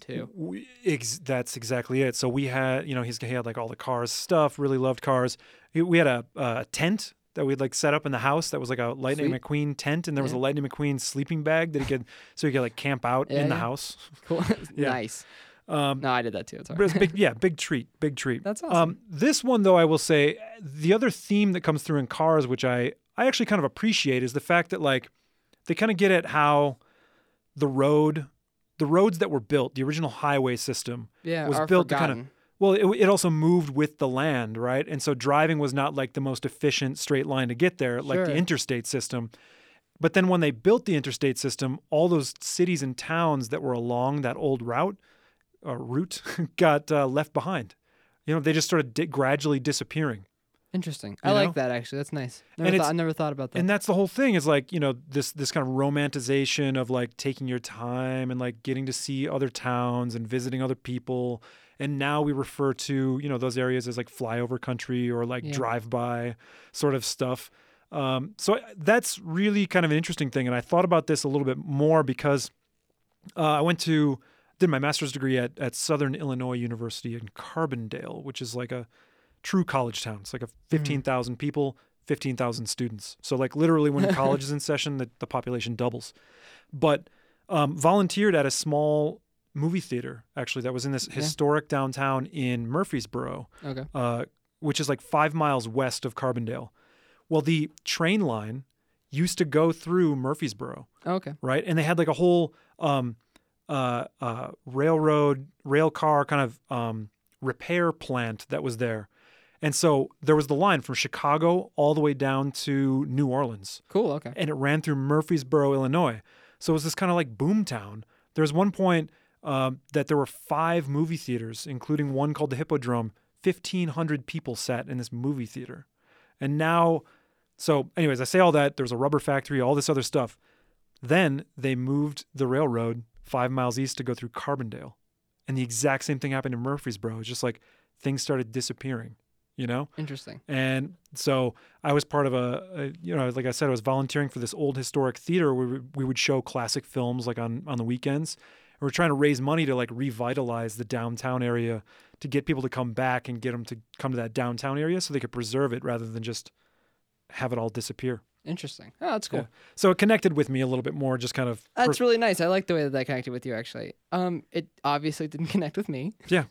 S2: too.
S1: We, ex- that's exactly it. So we had, you know, he's he had like all the cars stuff. Really loved cars. He- We had a, a tent that we'd like set up in the house that was like a Lightning
S2: Sweet.
S1: McQueen tent, and there was
S2: Yeah.
S1: a Lightning McQueen sleeping bag that he could so he could like camp out
S2: Yeah,
S1: in the
S2: yeah.
S1: house.
S2: Cool. nice.
S1: Um,
S2: No, I did that too. It's all
S1: but
S2: right.
S1: it's big, yeah, big treat, big treat.
S2: That's
S1: Um, this one though, I will say, the other theme that comes through in Cars, which I I actually kind of appreciate, is the fact that like they kind of get at how the road, the roads that were built, the original highway system
S2: Yeah,
S1: was
S2: are
S1: built to kind
S2: forgotten.
S1: of well it, it also moved with the land right and so driving was not like the most efficient straight line to get there like the
S2: Sure.
S1: interstate system but then when they built the interstate system all those cities and towns that were along that old route uh, route got uh, left behind you know they just started di- gradually disappearing
S2: Interesting.
S1: you
S2: I
S1: know?
S2: like that actually. That's nice. Never
S1: And
S2: thought,
S1: it's-
S2: I never thought about that.
S1: and that's the whole thing is like you know this this kind of romanticization of like taking your time and like getting to see other towns and visiting other people and now we refer to you know those areas as like flyover country or like
S2: Yeah.
S1: drive by sort of stuff um, so I- that's really kind of an interesting thing and i thought about this a little bit more because uh, i went to did my master's degree at, at southern illinois university in carbondale which is like a true college town it's like a 15000 people 15,000 students. So, like, literally, when college is in session, the, the population doubles. But um, volunteered at a small movie theater, actually, that was in this historic downtown in Murfreesboro,
S2: okay.
S1: uh, which is like five miles west of Carbondale. Well, the train line used to go through Murfreesboro,
S2: Okay.
S1: right? And they had like a whole um, uh, uh, railroad, rail car kind of um, repair plant that was there. And so there was the line from Chicago all the way down to New Orleans,
S2: Cool. Okay.
S1: and it ran through Murfreesboro, Illinois. So it was this kind of like boom town. There was one point um, that there were five movie theaters, including one called the Hippodrome. 1,500 people sat in this movie theater. And now, so, anyways, I say all that. There was a rubber factory, all this other stuff. Then they moved the railroad five miles east to go through Carbondale. And the exact same thing happened in Murfreesboro. It's just like things started disappearing, you know?
S2: Interesting.
S1: And so I was part of a, a you know, like I said, I was volunteering for this old historic theater where we, we would show classic films like on, on the weekends. And we're trying to raise money to like revitalize the downtown area to get people to come back and get them to come to that downtown area so they could preserve it rather than just have it all disappear.
S2: Interesting. Oh, that's cool.
S1: Yeah. So it connected with me a little bit more, just kind of.
S2: That's really nice. I like the way that that connected with you. Actually, um, it obviously didn't connect with me.
S1: yeah.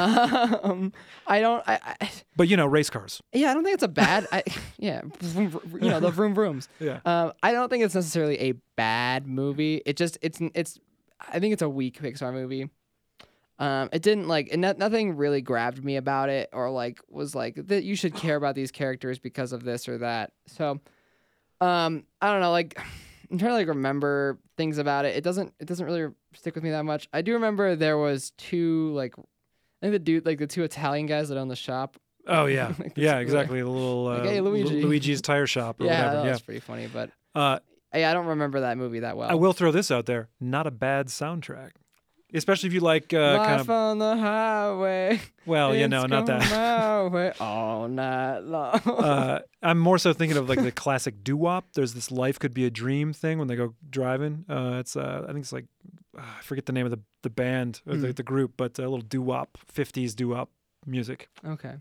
S2: um, I don't. I, I
S1: But you know, race cars.
S2: yeah, I don't think it's a bad. I yeah, vroom, vroom, you know the vroom vrooms.
S1: Yeah.
S2: Um, I don't think it's necessarily a bad movie. It just it's it's. I think it's a weak Pixar movie. Um, it didn't like and no, nothing really grabbed me about it or like was like that you should care about these characters because of this or that. So, um, I don't know. Like, I'm trying to like remember things about it. It doesn't it doesn't really stick with me that much. I do remember there was two like. I think the dude, like the two Italian guys that own the shop.
S1: Oh yeah,
S2: Like this
S1: yeah,
S2: really-
S1: exactly. The little uh,
S2: Like, hey,
S1: Lu-
S2: Luigi.
S1: Luigi's tire shop or
S2: Yeah, that
S1: whatever.
S2: was pretty funny. But
S1: Yeah. Uh,
S2: yeah, I don't remember that movie that well.
S1: I will throw this out there. Not a bad soundtrack, especially if you like uh,
S2: Life
S1: kind of.
S2: on the highway.
S1: Well, you
S2: it's
S1: know, not
S2: going
S1: that.
S2: my way all night long.
S1: Uh, I'm more so thinking of like the classic doo wop. There's this "Life Could Be a Dream" thing when they go driving. Uh, it's uh, I think it's like uh, I forget the name of the the band or
S2: Hmm.
S1: the, the group, but a little doo wop, 50s doo wop music.
S2: okay.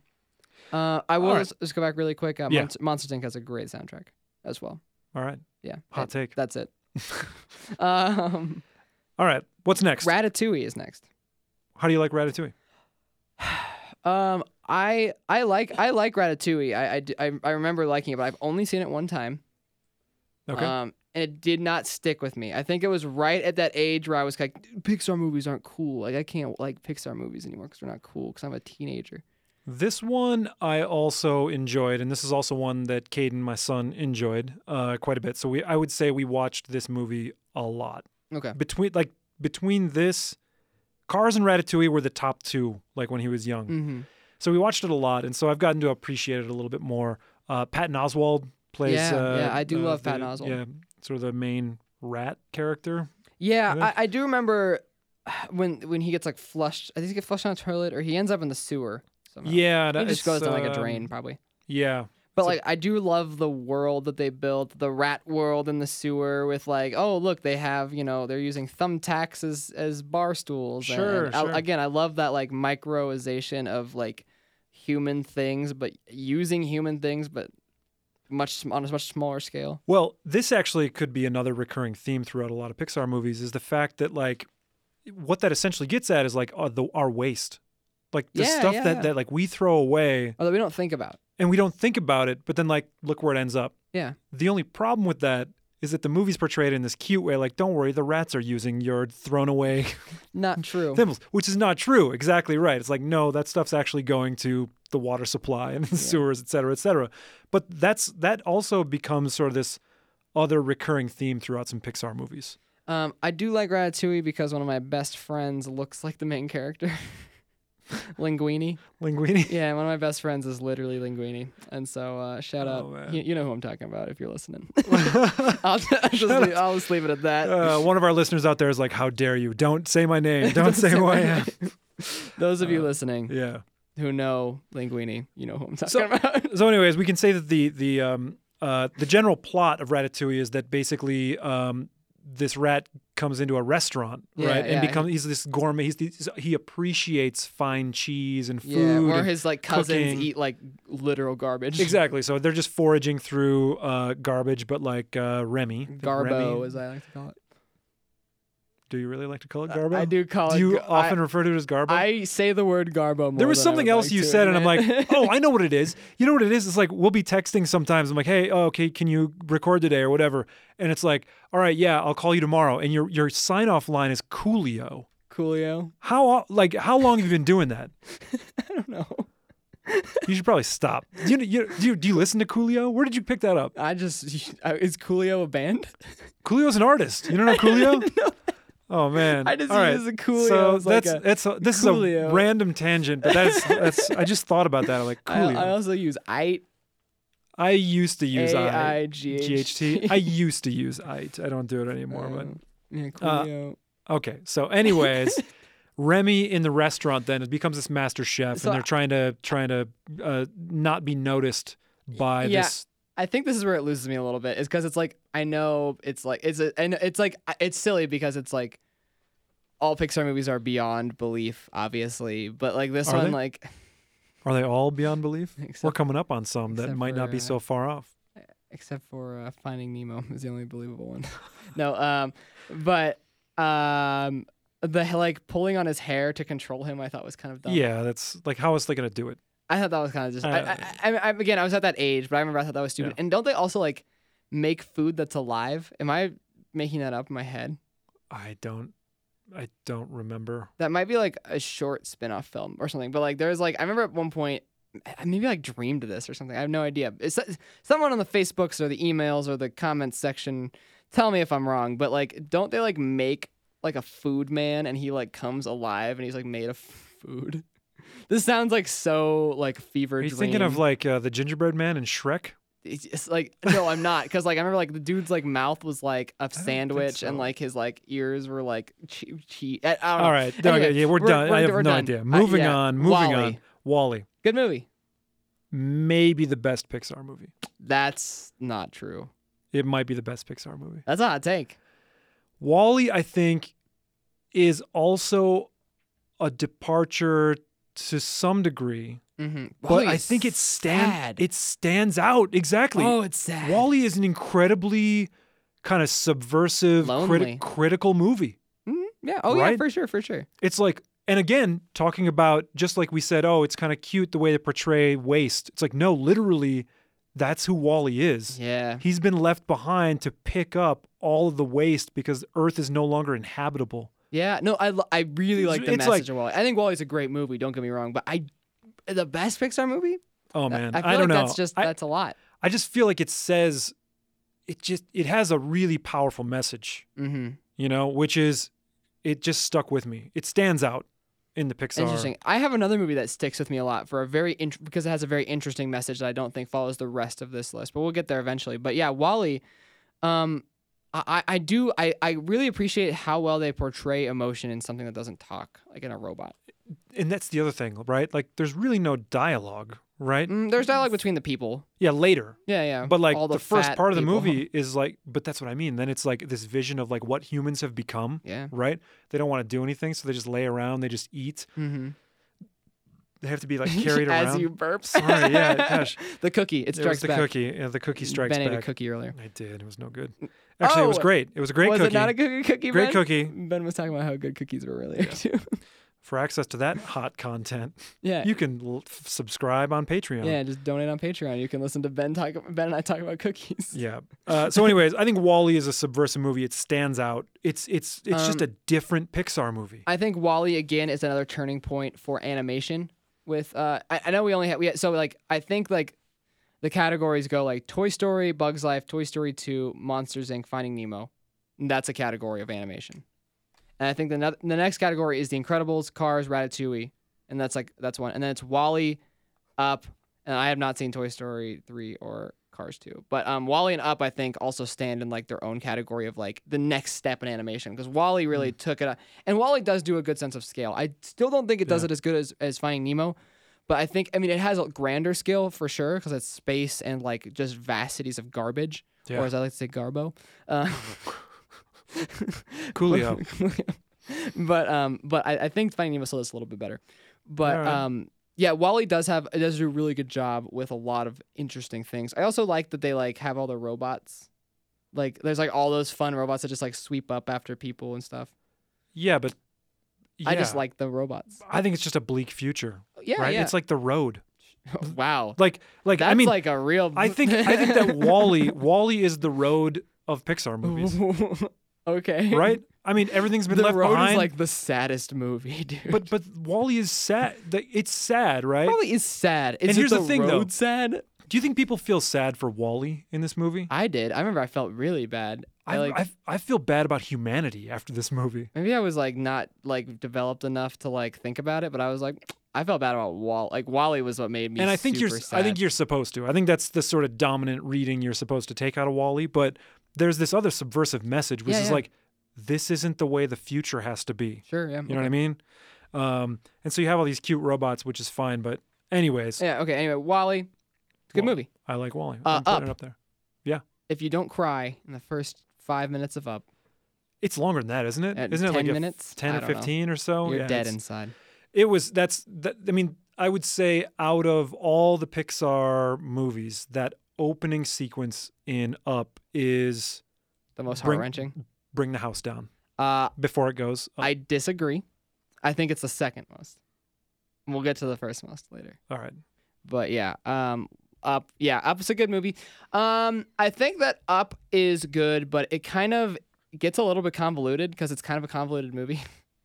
S2: Uh, I will
S1: All right.
S2: just, just go back really quick. Uh,
S1: Yeah.
S2: Monst- Monsters Inc. has a great soundtrack as well.
S1: All right,
S2: Yeah.
S1: hot
S2: that-
S1: take.
S2: That's it. um,
S1: All right, what's next?
S2: Ratatouille is next.
S1: How do you like Ratatouille?
S2: Um, I I like I like Ratatouille. I I d- I, I remember liking it, but I've only seen it one time.
S1: Okay.
S2: Um, and it did not stick with me. I think it was right at that age where I was like, Pixar movies aren't cool. Like I can't like Pixar movies anymore because they're not cool because I'm a teenager.
S1: This one I also enjoyed, and this is also one that Caden, my son, enjoyed uh, quite a bit. So we, I would say, we watched this movie a lot
S2: Okay.
S1: between like between this Cars and Ratatouille were the top two, like when he was young.
S2: Mm-hmm.
S1: So we watched it a lot, and so I've gotten to appreciate it a little bit more. Uh, Patton Oswald plays.
S2: Yeah,
S1: uh,
S2: yeah, I do
S1: uh,
S2: love Patton
S1: the-
S2: Oswalt.
S1: Yeah, sort of the main rat character.
S2: Yeah,
S1: I think.
S2: I, I do remember when when he gets like flushed. I think he gets flushed on a toilet, or he ends up in the sewer. Somehow.
S1: Yeah, that
S2: he just
S1: it's,
S2: goes down like a
S1: um,
S2: drain, probably.
S1: Yeah,
S2: But
S1: it's a-
S2: like, I do love the world that they built, the rat world in the sewer with like, oh look, they have you know they're using thumbtacks as as bar stools. and
S1: Sure,
S2: I-
S1: sure.
S2: again, I love that like microization of like human things, but using human things, but much sm- on a much smaller scale.
S1: Well, this actually could be another recurring theme throughout a lot of Pixar movies is the fact that like what that essentially gets at is like uh, the, our waste. Like the
S2: Yeah,
S1: stuff
S2: yeah,
S1: that
S2: yeah.
S1: that like we throw away
S2: Although we don't think about.
S1: and we don't think about it, but then like look where it ends up.
S2: Yeah.
S1: The only problem with that is that the movie's portrayed in this cute way like don't worry the rats are using your thrown away
S2: Not true.
S1: thimbles, which is not true. Exactly right. It's like no, that stuff's actually going to the water supply and the sewers, et cetera, et cetera. But that's that also becomes sort of this other recurring theme throughout some Pixar movies.
S2: Um, I do like Ratatouille because one of my best friends looks like the main character, Linguini.
S1: Linguini.
S2: Yeah, one of my best friends is literally Linguini, and so uh, shout
S1: Oh,
S2: out.
S1: man.
S2: You, you know who I'm talking about if you're listening. I'll, just leave, I'll just leave it at that.
S1: Uh, one of our listeners out there is like, "How dare you? Don't say my name. Don't, say who I am."
S2: Those
S1: uh,
S2: of you listening
S1: Yeah.
S2: who know Linguini, you know who I'm talking
S1: So-
S2: about.
S1: So, anyways, we can say that the the um, uh, the general plot of Ratatouille is that basically um, this rat comes into a restaurant,
S2: Yeah,
S1: right,
S2: yeah.
S1: and becomes he's this gourmet. He's, he's he appreciates fine cheese and food.
S2: yeah, or
S1: and-
S2: his like cousins
S1: cooking.
S2: eat like literal garbage.
S1: exactly. So they're just foraging through uh, garbage, but like uh, Remy. I think
S2: Garbo,
S1: Remy-
S2: as I like to call it.
S1: do you really like to call it
S2: I-
S1: Garbo?
S2: I do call
S1: Do
S2: it.
S1: you
S2: gar- I-
S1: often refer to it as Garbo?
S2: I say the word garbo more.
S1: there was
S2: than I
S1: something
S2: would
S1: else
S2: like
S1: you
S2: to
S1: said, and I'm
S2: admit.
S1: like, oh, I know what it is. You know what it is? It's like we'll be texting sometimes. I'm like, hey, oh, okay, can you record today or whatever? And it's like, all right, yeah, I'll call you tomorrow. And your your sign off line is Coolio.
S2: Coolio.
S1: How like how long have you been doing that?
S2: I don't know.
S1: You should probably stop. Do you, you, do you do you listen to Coolio? Where did you pick that up?
S2: I just I- is Coolio a band?
S1: Coolio's an artist. You don't know Coolio? Oh man!
S2: I just
S1: All right.
S2: use the Coolio
S1: So
S2: as like
S1: that's
S2: a
S1: that's a, this is
S2: Coolio.
S1: a random tangent, but that's that's I just thought about that. I'm like
S2: I,
S1: Coolio.
S2: I also use I
S1: I used to use
S2: A
S1: I.
S2: I G H
S1: GHT.
S2: T.
S1: I used to use IT. I don't do it anymore,
S2: Yeah,
S1: Uh,
S2: Coolio.
S1: but okay. So, anyways, Remy in the restaurant then it becomes this master chef,
S2: So
S1: and
S2: I-
S1: they're trying to trying to uh, not be noticed by
S2: Yeah.
S1: this.
S2: I think this is where it loses me a little bit is because it's like I know it's like it's a, and it's like it's silly because it's like all Pixar movies are beyond belief, obviously, but like this
S1: Are
S2: one,
S1: they?
S2: like
S1: Are they all beyond belief? We're
S2: except,
S1: coming up on some that
S2: except
S1: might not
S2: for,
S1: be
S2: uh,
S1: so far off.
S2: except for uh, Finding Nemo is the only believable one. no, um, but um, the like pulling on his hair to control him, I thought was kind of dumb.
S1: Yeah, that's like how is they gonna do it?
S2: I thought that was kind of just.
S1: Uh,
S2: I, I, I, I, again, I was at that age, but I remember I thought that was stupid.
S1: Yeah.
S2: And don't they also like make food that's alive? Am I making that up in my head?
S1: I don't. I don't remember.
S2: That might be like a short spin-off film or something. But like, there's like I remember at one point, I- maybe I like dreamed of this or something. I have no idea. It's, someone on the Facebooks or the emails or the comments section, tell me if I'm wrong. But like, don't they like make like a food man and he like comes alive and he's like made of food? This sounds like so like fever
S1: Are you
S2: dream.
S1: thinking of like uh, the gingerbread man and Shrek?
S2: it's just, like no i'm not because like i remember like the dude's like mouth was like a
S1: think
S2: sandwich
S1: so.
S2: and like his like ears were like che- che- eh, I, I don't
S1: All
S2: know.
S1: right. no, okay,
S2: Oh, Anyway,
S1: yeah, we're,
S2: we're-
S1: done.
S2: we're-
S1: I have
S2: we're
S1: no
S2: done. Uh,
S1: idea. Moving
S2: yeah.
S1: on. Moving on.
S2: Wall-E.
S1: Wally,
S2: good movie
S1: maybe the best Pixar movie.
S2: that's not true
S1: It might be the best Pixar movie.
S2: that's a hot take
S1: Wally, I think, is also a departure to some degree,
S2: mm-hmm.
S1: but I think it
S2: sad.
S1: stand it stands out exactly.
S2: oh it's sad
S1: Wally is an incredibly kind of subversive,
S2: Lonely.
S1: criti- critical movie.
S2: Mhm. yeah oh yeah
S1: Right?
S2: for sure for sure
S1: It's like, and again, talking about just like we said, oh, it's kind of cute the way they portray waste. It's like, no, literally, that's who Wally is.
S2: yeah
S1: He's been left behind to pick up all of the waste because Earth is no longer inhabitable.
S2: yeah no i lo- i really like the
S1: It's
S2: message
S1: like-
S2: of wally i think wally's a great movie don't get me wrong but i the best pixar movie
S1: Oh man,
S2: i,
S1: I, don't
S2: feel like
S1: know.
S2: that's just
S1: I,
S2: that's a lot
S1: I just feel like it says, it just it has a really powerful message,
S2: mm-hmm.
S1: you know, which is it just stuck with me. It stands out in the Pixar.
S2: Interesting. I have another movie that sticks with me a lot for a very int- because it has a very interesting message that I don't think follows the rest of this list, but we'll get there eventually. But yeah, Wally, um, I, I I do I, I really appreciate how well they portray emotion in something that doesn't talk, like in a robot.
S1: And that's the other thing, right? Like there's really no dialogue, right?
S2: Mm, there's dialogue between the people.
S1: Yeah, later.
S2: Yeah, yeah.
S1: But like
S2: All
S1: the,
S2: the
S1: first
S2: fat
S1: part of the
S2: people.
S1: movie is like but that's what I mean. Then it's like this vision of like what humans have become,
S2: Yeah.
S1: right? They don't want to do anything, so they just lay around, they just eat.
S2: Mm-hmm.
S1: They have to be like carried
S2: As
S1: around.
S2: you burp.
S1: Sorry, yeah, gosh.
S2: the cookie. It
S1: There was
S2: strikes
S1: the
S2: back.
S1: cookie. Yeah, the cookie strikes
S2: ben ate a
S1: back.
S2: cookie earlier.
S1: I did. It was no good. Actually, it was
S2: Oh!
S1: great. It was a great
S2: was
S1: cookie.
S2: it not a good cookie?
S1: great
S2: ben?
S1: cookie
S2: Ben was talking about how good cookies were earlier too.
S1: for access to that hot content.
S2: yeah.
S1: You can l- f- subscribe on Patreon.
S2: Uh, Yeah, just donate on Patreon. You can listen to Ben talk. Ben and I talk about cookies.
S1: Yeah. Uh, so, anyways, I think Wall-E is a subversive movie. It stands out. It's it's it's just a
S2: Um,
S1: different Pixar movie.
S2: I think Wally again is another turning point for animation. With uh, I, I know we only have we so like I think like the categories go like Toy Story, Bugs Life, Toy Story Two, Monsters Inc, Finding Nemo. And that's a category of animation. And I think the noth- the next category is The Incredibles, Cars, Ratatouille, and that's like that's one. And then it's Wally, Up, and I have not seen Toy Story three or Cars two, but um, Wally and Up I think also stand in like their own category of like the next step in animation because Wally really took it, up. and Wally does do a good sense of scale. I still don't think it does
S1: Yeah.
S2: it as good as as Finding Nemo, but I think I mean it has a grander scale for sure because it's space and like just vastities of garbage,
S1: Yeah.
S2: or as I like to say, garbo. Uh,
S1: Coolio.
S2: but um, but I, I think Finding Nemo still does a little bit better. But
S1: All right.
S2: um, yeah, Wally does have it does do a really good job with a lot of interesting things. I also like that they like have all the robots. Like there's like all those fun robots that just like sweep up after people and stuff.
S1: yeah, but yeah.
S2: I just like the robots.
S1: I think it's just a bleak future,
S2: Yeah,
S1: right?
S2: yeah.
S1: It's like the road.
S2: wow.
S1: Like like
S2: That's
S1: I mean,
S2: like a real.
S1: I think I think that Wally Wally is the road of Pixar movies,
S2: okay.
S1: right? I mean, everything's been
S2: The
S1: left
S2: road
S1: behind.
S2: is like the saddest movie, dude.
S1: but but Wally is sad. Like, It's sad, right?
S2: probably is sad.
S1: And
S2: Is it
S1: here's the thing, though.
S2: road sad?
S1: Do you think people feel sad for Wally in this movie?
S2: I did. I remember I felt really bad.
S1: I,
S2: I, like
S1: I, I feel bad about humanity after this movie.
S2: maybe I was like not like developed enough to like think about it, but I was like I felt bad about Wall. Like Wally was what made me.
S1: and I think you're
S2: super
S1: I think
S2: sad.
S1: you're supposed to. I think that's the sort of dominant reading you're supposed to take out of Wally, but there's this other subversive message which
S2: Yeah,
S1: is
S2: yeah.
S1: like this isn't the way the future has to be.
S2: sure. Yeah.
S1: You know what I mean? Um, and so you have all these cute robots which is fine, but anyways,
S2: Yeah. Okay. Anyway, Wally, good
S1: Wall-
S2: movie.
S1: I like Wally.
S2: Uh,
S1: I'm putting
S2: Up.
S1: it up there.
S2: If you don't cry in the first five minutes of Up,
S1: It's longer than that, isn't it?
S2: At
S1: not it
S2: 10
S1: like a f-
S2: minutes?
S1: 10
S2: I
S1: or
S2: don't know.
S1: 15 or so?
S2: you're
S1: Oh, Yeah,
S2: dead
S1: it's-
S2: inside.
S1: it was that's that i mean i would say out of all the pixar movies that opening sequence in up is
S2: The most
S1: bring-
S2: heart wrenching.
S1: bring the house down
S2: Uh,
S1: before it goes up.
S2: I disagree. I think it's the second most. We'll get to the first most later.
S1: all right
S2: but yeah um up yeah up's a good movie um i think that up is good but it kind of gets a little bit convoluted because it's kind of a convoluted movie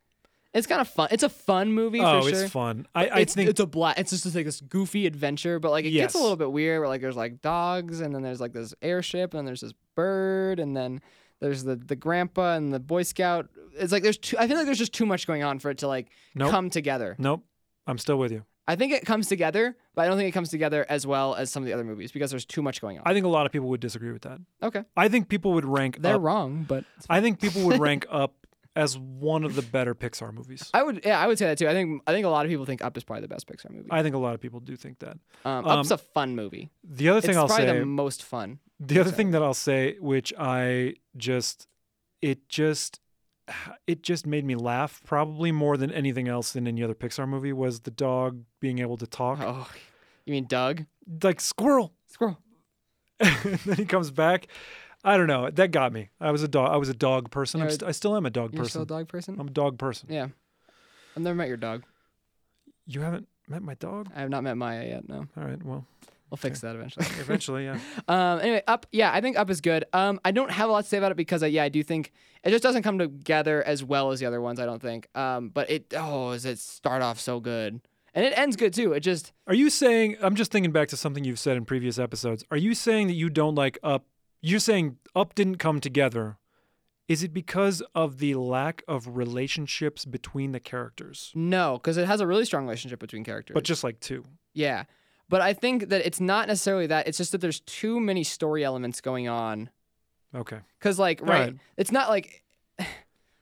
S2: it's kind of fun it's a fun movie
S1: oh
S2: for sure
S1: it's fun i, I
S2: it's,
S1: think
S2: it's a black. It's just like this goofy adventure, but like it gets a
S1: Yes.
S2: little bit weird. Where like there's like dogs, and then there's like this airship, and then there's this bird, and then there's the the grandpa and the boy scout. It's like there's too. I feel like there's just too much going on for it to like
S1: Nope.
S2: come together.
S1: nope i'm still with you
S2: I think it comes together, but I don't think it comes together as well as some of the other movies because there's too much going on.
S1: i uh, think a lot of people would disagree with that
S2: okay,
S1: i think people would rank
S2: they're
S1: up,
S2: wrong, but
S1: i think people would rank up as one of the better pixar movies
S2: I would yeah, I would say that too. I think I think a lot of people think Up is probably the best Pixar movie.
S1: i think a lot of people do think that
S2: um, Up's a fun movie.
S1: the other
S2: It's
S1: thing i'll
S2: probably
S1: say
S2: the most fun.
S1: The other thing that I'll say, which I just, it just, it just made me laugh probably more than anything else in any other Pixar movie was the dog being able to talk
S2: Oh, you mean Doug?
S1: like squirrel.
S2: Squirrel.
S1: and then he comes back. I don't know. That got me. I was a dog. I was a dog person. I'm
S2: You're-
S1: st- I still am a dog
S2: You're still
S1: person.
S2: a dog person?
S1: I'm a dog person.
S2: yeah. I've never met your dog.
S1: You haven't met my dog.
S2: I have not met Maya yet. No,
S1: All right. Well,
S2: we'll fix that eventually.
S1: eventually, yeah.
S2: Um, anyway, up. Yeah, I think up is good. Um, I don't have a lot to say about it because, I, yeah, I do think it just doesn't come together as well as the other ones. I don't think. Um, but it oh, does it start off so good and it ends good too. It just
S1: Are you saying? I'm just thinking back to something you've said in previous episodes. Are you saying that you don't like Up? You're saying Up didn't come together Is it because of the lack of relationships between the characters?
S2: No, because it has a really strong relationship between characters.
S1: But just like two.
S2: yeah, but I think that it's not necessarily that. It's just that there's too many story elements going on
S1: Okay.
S2: Because like right,
S1: Right.
S2: it's not like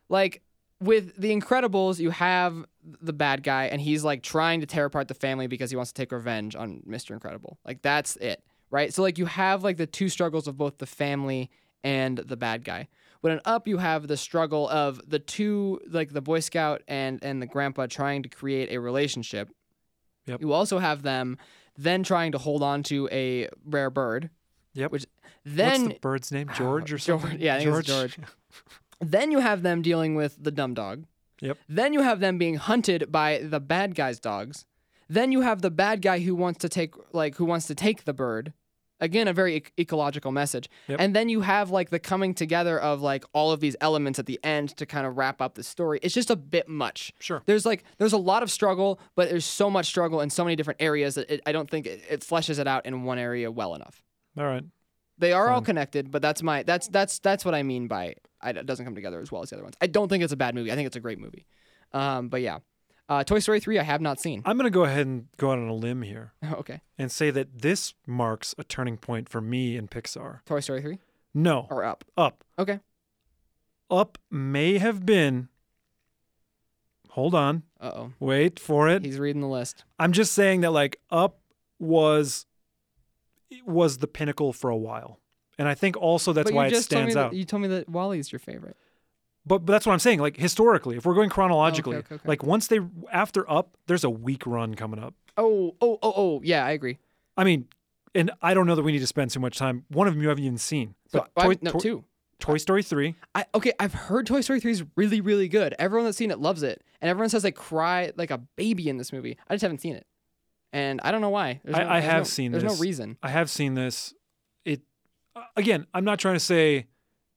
S2: like with the Incredibles, you have the bad guy and he's like trying to tear apart the family because he wants to take revenge on Mr. Incredible. Like that's it. Right? So like you have like the two struggles of both the family and the bad guy. But in Up you have the struggle of the two like the Boy Scout and and the grandpa trying to create a relationship.
S1: Yep.
S2: You also have them then trying to hold on to a rare bird.
S1: Yep.
S2: Which
S1: What's
S2: then
S1: the bird's name? George or
S2: George-
S1: something?
S2: yeah, I think it's George. Then you have them dealing with the dumb dog.
S1: Yep.
S2: Then you have them being hunted by the bad guy's dogs. Then you have the bad guy who wants to take like who wants to take the bird. Again, a very ec- ecological message.
S1: Yep.
S2: And then you have like the coming together of like all of these elements at the end to kind of wrap up the story. It's just a bit much.
S1: Sure.
S2: There's like there's a lot of struggle, but there's so much struggle in so many different areas that it, I don't think it, it fleshes it out in one area well enough.
S1: All right.
S2: They are all
S1: Fine.
S2: connected, but that's my that's that's that's what I mean by I, it doesn't come together as well as the other ones. I don't think it's a bad movie. I think it's a great movie. Um, but yeah, uh, Toy Story three I have not seen.
S1: I'm going to go ahead and go out on a limb here
S2: okay,
S1: and say that this marks a turning point for me in Pixar.
S2: Toy Story three
S1: No.
S2: or Up.
S1: Up.
S2: Okay.
S1: Up may have been. Hold on.
S2: Uh oh,
S1: Wait for it.
S2: he's reading the list.
S1: I'm just saying that like Up was it was the pinnacle for a while. And I think also that's
S2: but
S1: why
S2: you
S1: it
S2: just told me
S1: stands
S2: that-
S1: out.
S2: you told me that Wally's your favorite.
S1: But, but that's what I'm saying. Like historically, if we're going chronologically,
S2: okay, okay.
S1: like once they after Up, there's a weak run coming up.
S2: Oh oh oh oh yeah, I agree.
S1: I mean, and I don't know that we need to spend too much time. One of them you haven't even seen.
S2: So
S1: But
S2: I-
S1: Toy,
S2: no
S1: Toy-
S2: two.
S1: Toy Story three.
S2: I, okay, I've heard Toy Story 3 is really, really good. Everyone that's seen it loves it. And everyone says they cry like a baby in this movie. I just haven't seen it. And I don't know why. There's
S1: I-
S2: no-
S1: I
S2: there's
S1: have
S2: no-
S1: seen
S2: There's
S1: this.
S2: no reason.
S1: I have seen this. It uh, again, I'm not trying to say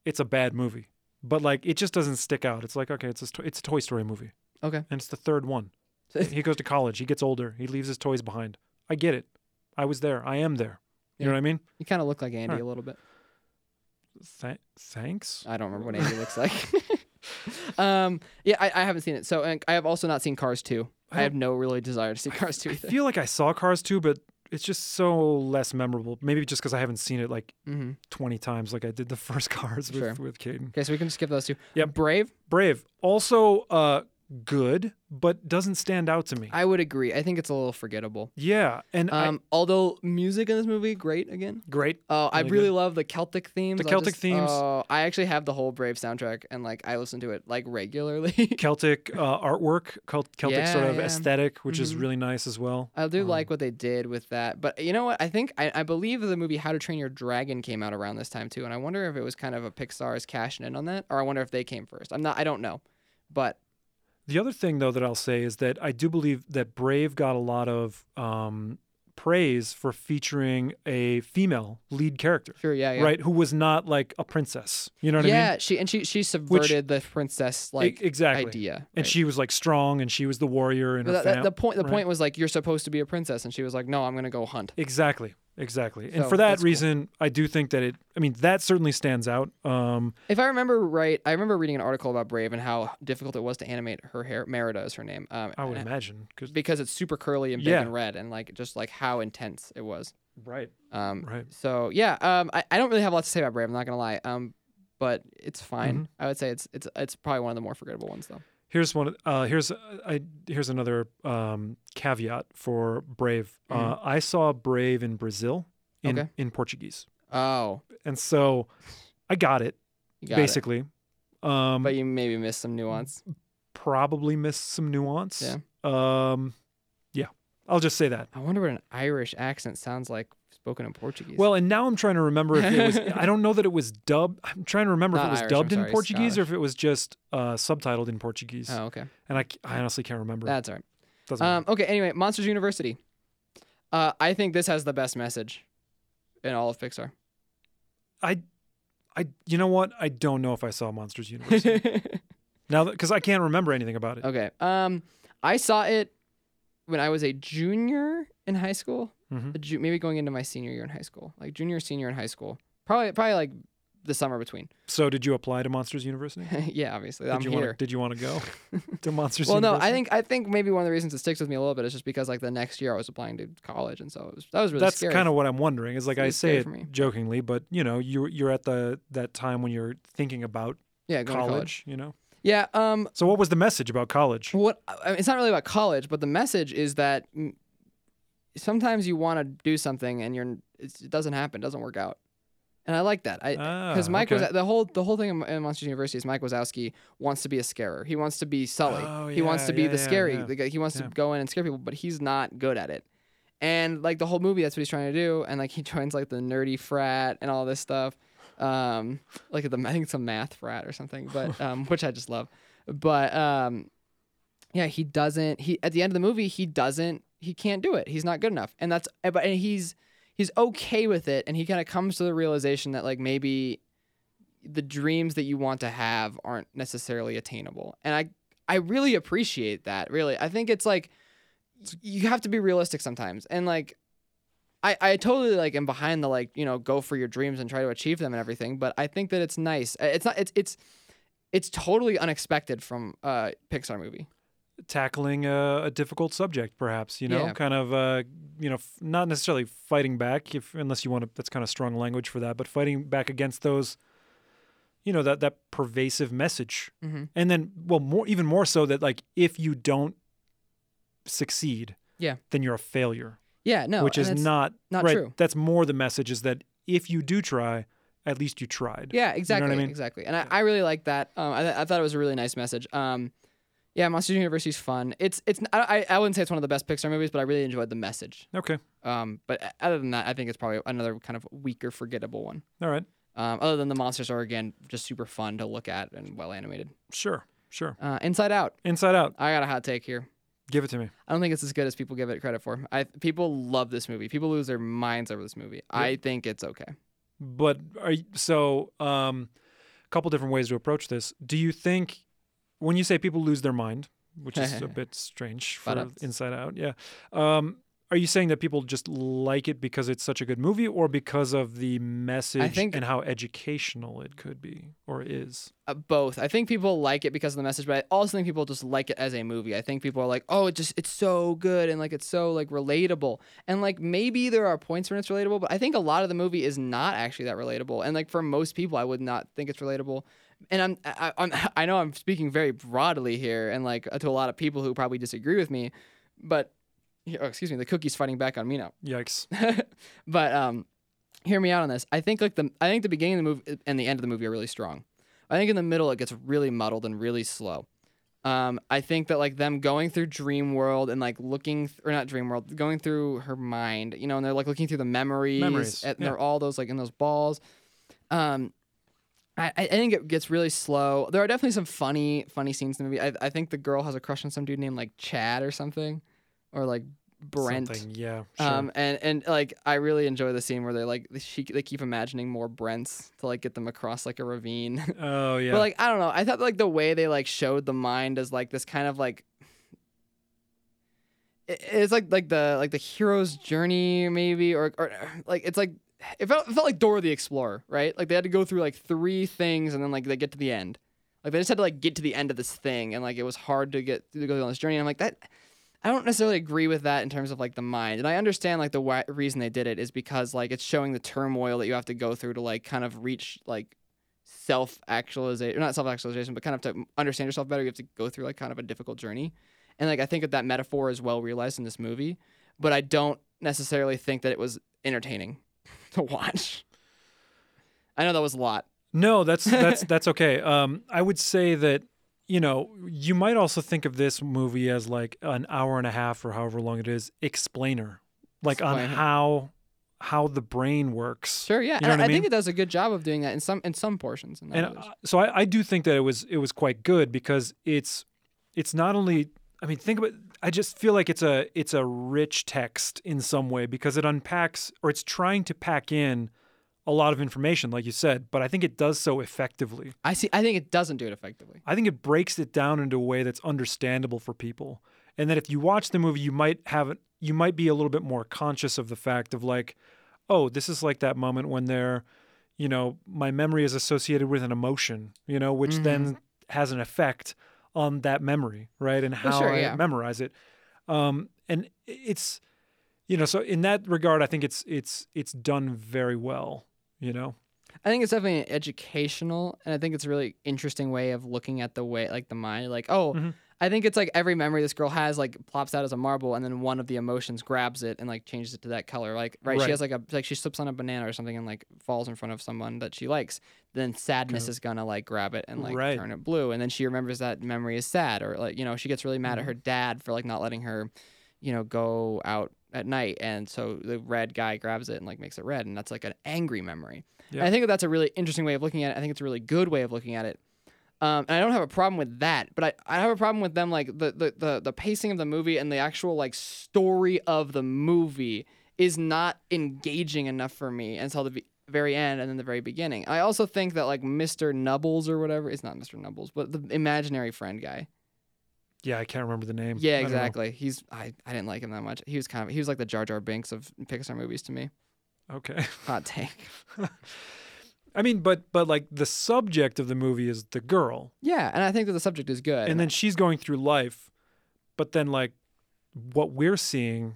S1: it's a bad movie, but like it just doesn't stick out. It's like okay, it's a, sto- it's a Toy Story movie,
S2: Okay.
S1: and it's the third one. he goes to college, he gets older, he leaves his toys behind. I get it. I was there. I am there. You know what
S2: Yeah.
S1: I mean?
S2: You kind of look like Andy
S1: Alright.
S2: a little bit.
S1: Th- thanks.
S2: I don't remember what Andy looks like. um, yeah, I, I haven't seen it. So and I have also not seen Cars 2.
S1: I
S2: I, have no really desire to see Cars 2
S1: I
S2: either.
S1: feel like I saw Cars too, but it's just so less memorable. Maybe just because I haven't seen it like
S2: hmm
S1: 20 times, like I did the first Cars with,
S2: Sure.
S1: with Caden.
S2: Okay, so we can skip those two.
S1: Yep.
S2: Brave,
S1: Brave, also uh, good, but doesn't stand out to me.
S2: I would agree. I think it's a little forgettable.
S1: yeah, and I,
S2: Um, although music in this movie, great again.
S1: great.
S2: Oh, I
S1: Really
S2: really
S1: good.
S2: love the Celtic themes.
S1: The
S2: I'll
S1: Celtic themes.
S2: Oh, I actually have the whole Brave soundtrack, and like I listen to it like regularly.
S1: Celtic uh, artwork, cult, Celtic sort
S2: Yeah,
S1: of
S2: yeah. Uh,
S1: aesthetic, which is
S2: Mhm.
S1: really nice as well.
S2: I do
S1: Um,
S2: like what they did with that, but you know what? I think I, I believe the movie How to Train Your Dragon came out around this time too, and I wonder if it was kind of a Pixar's cashing in on that, or I wonder if they came first. I'm not. I don't know, but
S1: The other thing, though, that I'll say is that I do believe that Brave got a lot of um, praise for featuring a female lead character,
S2: sure, yeah, yeah.
S1: right? Who was not like a princess. You know what I
S2: yeah,
S1: mean?
S2: she and she she subverted the princess
S1: E-
S2: like
S1: exactly.
S2: idea,
S1: And
S2: right?
S1: she was like strong, and she was the warrior, and
S2: But
S1: her
S2: that- that-
S1: fam-
S2: the point the
S1: right?
S2: point was like you're supposed to be a princess, and she was like, no, I'm gonna go hunt.
S1: exactly, exactly. And
S2: So,
S1: for that
S2: that's cool.
S1: reason, I do think that it. I mean, that certainly stands out. Um,
S2: If I remember right, I remember reading an article about Brave and how difficult it was to animate her hair. Merida is her name. Um,
S1: I would
S2: and-
S1: imagine, 'cause-
S2: because it's super curly and big
S1: Yeah.
S2: and red, and like just like how intense it was.
S1: right,
S2: Um,
S1: right.
S2: So yeah, um, I, I don't really have a lot to say about Brave. I'm not gonna lie. Um, but it's fine.
S1: Mm-hmm.
S2: I would say it's it's it's probably one of the more forgettable ones though.
S1: Here's one. Uh, here's I. Here's another um, caveat for Brave. Uh, I saw Brave in Brazil, in
S2: Mm-hmm. Okay.
S1: in Portuguese,
S2: Oh,
S1: and so I got it
S2: you got it.
S1: basically. Um,
S2: But you maybe missed some nuance.
S1: probably missed some nuance.
S2: Yeah.
S1: Um, yeah. I'll just say that.
S2: I wonder what an Irish accent sounds like spoken in Portuguese.
S1: Well, and now I'm trying to remember if it was. I don't know that it was dubbed. I'm trying to remember if
S2: Not
S1: it was
S2: Irish, I'm
S1: dubbed in
S2: sorry,
S1: Portuguese or
S2: Scottish.
S1: if it was just uh, subtitled in Portuguese.
S2: oh okay,
S1: And I, c- I honestly can't remember.
S2: that's all right.
S1: Doesn't matter.
S2: Um, okay, anyway, Monsters University. Uh, I think this has the best message in all of Pixar.
S1: I, I, you know what? I don't know if I saw Monsters University now because I can't remember anything about it.
S2: okay. Um, I saw it when I was a junior in high school,
S1: Mhm.
S2: a ju- maybe going into my senior year in high school, like junior, senior in high school. Probably, probably like the summer between.
S1: So did you apply to Monsters University? Did
S2: yeah, obviously, I'm
S1: you
S2: here.
S1: Wanna, did you want to go to Monsters
S2: well, no,
S1: University?
S2: I think I think maybe one of the reasons it sticks with me a little bit is just because like the next year I was applying to college, and so it was, that was really
S1: that's
S2: scary.
S1: kind of what I'm wondering. Is like
S2: really
S1: I say
S2: scary
S1: it
S2: for me.
S1: jokingly, but you know, you you're at the that time when you're thinking about
S2: yeah, going to
S1: college,
S2: college.
S1: you know.
S2: Yeah, um,
S1: So what was the message about college?
S2: what I mean, it's not really about college, but the message is that mm, sometimes you want to do something and you're it's, it doesn't happen, doesn't work out, and I like that. I
S1: Ah,
S2: because Mike
S1: was
S2: was the whole the whole thing in, in Monsters University is Mike Wazowski wants to be a scarer. He wants to be Sully.
S1: Oh,
S2: he wants
S1: yeah,
S2: to be
S1: yeah,
S2: the
S1: yeah,
S2: scary.
S1: yeah.
S2: the guy- he wants
S1: Yeah.
S2: to go in and scare people, but he's not good at it. And like the whole movie, that's what he's trying to do. And like he joins like the nerdy frat and all this stuff. Um, like the I think it's a math frat or something, but um, which I just love. But um, yeah, he doesn't. He at the end of the movie, he doesn't. He can't do it. He's not good enough, and that's. eh, But and he's he's okay with it, and he kind of comes to the realization that like maybe the dreams that you want to have aren't necessarily attainable, and I I really appreciate that. Really, I think it's like you have to be realistic sometimes, and like. I, I totally like am behind the like you know go for your dreams and try to achieve them and everything but I think that it's nice it's not it's it's it's totally unexpected from a Pixar movie
S1: tackling a, a difficult subject, perhaps you know,
S2: Yeah.
S1: kind of uh, you know, f- not necessarily fighting back, if unless you want to. That's kind of strong language for that, but fighting back against those, you know, that that pervasive message,
S2: Mhm.
S1: and then well, more even more so that like if you don't succeed,
S2: Yeah.
S1: then you're a failure,
S2: Yeah, no,
S1: which
S2: and
S1: is
S2: it's-
S1: not
S2: not
S1: right.
S2: true.
S1: That's more the message is that if you do try, at least you tried.
S2: Yeah, exactly,
S1: mean?
S2: exactly. And I, I really like that. Um, I, th- I thought it was a really nice message. Um, yeah, Monsters University's fun. It's it's I, I I wouldn't say it's one of the best Pixar movies, but I really enjoyed the message.
S1: Okay.
S2: Um, but o- other than that, I think it's probably another kind of weaker, forgettable one.
S1: All right.
S2: Um, other than the monsters are again just super fun to look at and well animated.
S1: Sure. Sure.
S2: Uh, Inside Out,
S1: Inside Out.
S2: I got a hot take here.
S1: Give it to me.
S2: I don't think it's as good as people give it credit for. I people love this movie. People lose their minds over this movie. I think it's okay.
S1: but are y- so um a couple different ways to approach this do you think when you say people lose their mind which is a bit strange for
S2: Buttocks.
S1: inside out yeah um are you saying that people just like it because it's such a good movie or because of the message
S2: think-
S1: and how educational it could be or is
S2: uh, both. I think people like it because of the message, but I also think people just like it as a movie. I think people are like, "Oh, it just it's so good and like it's so like relatable." And like maybe there are points when it's relatable, but I think a lot of the movie is not actually that relatable. And like for most people, I would not think it's relatable. And I'm I, I'm I know I'm speaking very broadly here and like to a lot of people who probably disagree with me, but oh, excuse me, the cookie's fighting back on me now
S1: yikes
S2: but um, hear me out on this. I think like the I think the beginning of the movie and the end of the movie are really strong. I think in the middle it gets really muddled and really slow. Um, I think that like them going through Dream World and like looking th- or not Dream World, going through her mind, you know, and they're like looking through the memories,
S1: Memories,
S2: and
S1: yeah.
S2: they're all those like in those balls. Um, I, I I think it gets really slow. There are definitely some funny funny scenes in the movie. I, I think the girl has a crush on some dude named like Chad or something, or like Brent.
S1: Something, yeah sure.
S2: Um, and and like I really enjoy the scene where they like she they keep imagining more Brents to like get them across like a ravine.
S1: oh yeah
S2: but like I don't know, I thought like the way they like showed the mind as like this kind of like it- it's like like the like the hero's journey maybe or or like it's like it felt, it felt like Dora the Explorer, right? Like they had to go through like three things and then like they get to the end. Like they just had to like get to the end of this thing and like it was hard to get to go on this journey. And I'm like that I don't necessarily agree with that in terms of like the mind. And I understand like the why- reason they did it is because like it's showing the turmoil that you have to go through to like kind of reach like self actualization, not self actualization, but kind of to understand yourself better. You have to go through like kind of a difficult journey. And like I think that that metaphor is well realized in this movie, but I don't necessarily think that it was entertaining to watch. I know that was a lot.
S1: No, that's that's that's okay. Um, I would say that you know you might also think of this movie as like an hour and a half or however long it is explainer, like on
S2: Explainer.
S1: how how the brain works.
S2: Sure, yeah.
S1: You know what
S2: and
S1: I
S2: I, think
S1: mean?
S2: it does a good job of doing that in some in some portions. And, not
S1: And
S2: others.
S1: uh, so I, I do think that it was it was quite good because it's it's not only I mean think about I just feel like it's a it's a rich text in some way because it unpacks or it's trying to pack in a lot of information like you said, but I think it does so effectively.
S2: I see I think it doesn't do it effectively.
S1: I think it breaks it down into a way that's understandable for people. And that if you watch the movie, you might have you might be a little bit more conscious of the fact of like, oh, this is like that moment when they're, you know, my memory is associated with an emotion, you know, which
S2: Mm-hmm.
S1: then has an effect on that memory, right? And how
S2: sure,
S1: I
S2: yeah.
S1: memorize it. Um, and it's, you know, so in that regard, I think it's it's it's done very well, you know.
S2: I think it's definitely an educational, and I think it's a really interesting way of looking at the way, like the mind. Like, oh,
S1: Mhm.
S2: I think it's like every memory this girl has, like, plops out as a marble, and then one of the emotions grabs it and like changes it to that color. Like, right?
S1: Right.
S2: She has like a like she slips on a banana or something and like falls in front of someone that she likes. Then sadness is gonna like grab it and like
S1: Right.
S2: turn it blue, and then she remembers that memory is sad, or like you know she gets really mad at her dad for like not letting her, you know, go out at night, and so the red guy grabs it and like makes it red, and that's like an angry memory.
S1: Yeah.
S2: And I think that's a really interesting way of looking at it. I think it's a really good way of looking at it. Um, and I don't have a problem with that, but I, I have a problem with them like the, the the the pacing of the movie and the actual like story of the movie is not engaging enough for me until the v- very end and then the very beginning. I also think that like Mr. Nubbles or whatever it's not Mr. Nubbles, but the imaginary friend guy.
S1: Yeah, I can't remember the name.
S2: Yeah,
S1: I don't know.
S2: exactly. He's I, I didn't like him that much. He was kind of he was like the Jar Jar Binks of Pixar movies to me.
S1: Okay.
S2: Hot take.
S1: I mean, but but like the subject of the movie is the girl,
S2: Yeah, and I think that the subject is good.
S1: and then she's going through life, but then like what we're seeing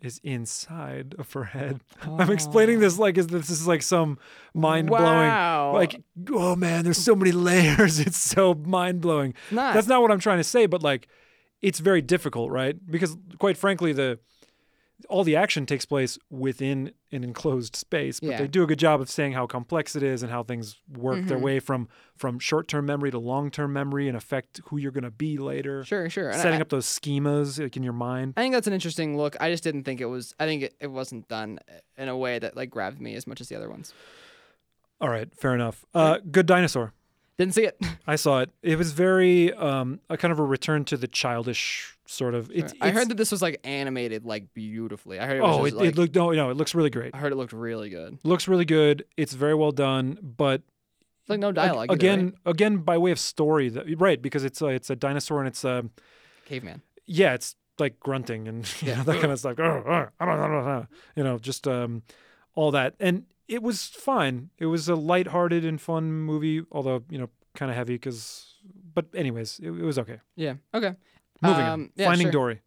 S1: is inside of her head. I'm explaining this like as this is like some mind blowing.
S2: Wow.
S1: Like, oh man, there's so many layers. It's so mind blowing.
S2: Not.
S1: That's not what I'm trying to say, but like, it's very difficult, right? Because quite frankly, the all the action takes place within an enclosed space, but
S2: Yeah. Mm-hmm.
S1: they do a good job of saying how complex it is and how things work their way from from short term memory to long term memory and affect who you're gonna be later.
S2: sure, sure. And I-
S1: Setting up those schemas like in your mind.
S2: I think that's an interesting look. I just didn't think it was. I think it, it wasn't done uh, in a way that like grabbed me as much as the other ones.
S1: All right, fair enough. Uh, good dinosaur.
S2: Didn't see it.
S1: I saw it. It was very um, a kind of a return to the childish sort of. It's,
S2: I
S1: it's-
S2: heard that this was like animated like beautifully. I heard it was
S1: Oh, it,
S2: just, like,
S1: it looked no, no, it looks really great.
S2: I heard it looked really good.
S1: Looks really good. It's very well done, but
S2: It's like no
S1: ag-
S2: dialogue either,
S1: again,
S2: right?
S1: again by way of story, that, right? Because it's a, it's a dinosaur and it's um
S2: Caveman.
S1: yeah, it's like grunting and you
S2: Yeah.
S1: know, that kind of stuff. "Arr, arr, arr, arr, arr, arr," You know, just um, all that. And it was fine. It was a lighthearted and fun movie, although you know, kind of heavy because. But anyways, it, it was okay.
S2: Yeah. Okay.
S1: Moving on.
S2: Um, yeah,
S1: Finding
S2: sure.
S1: Dory.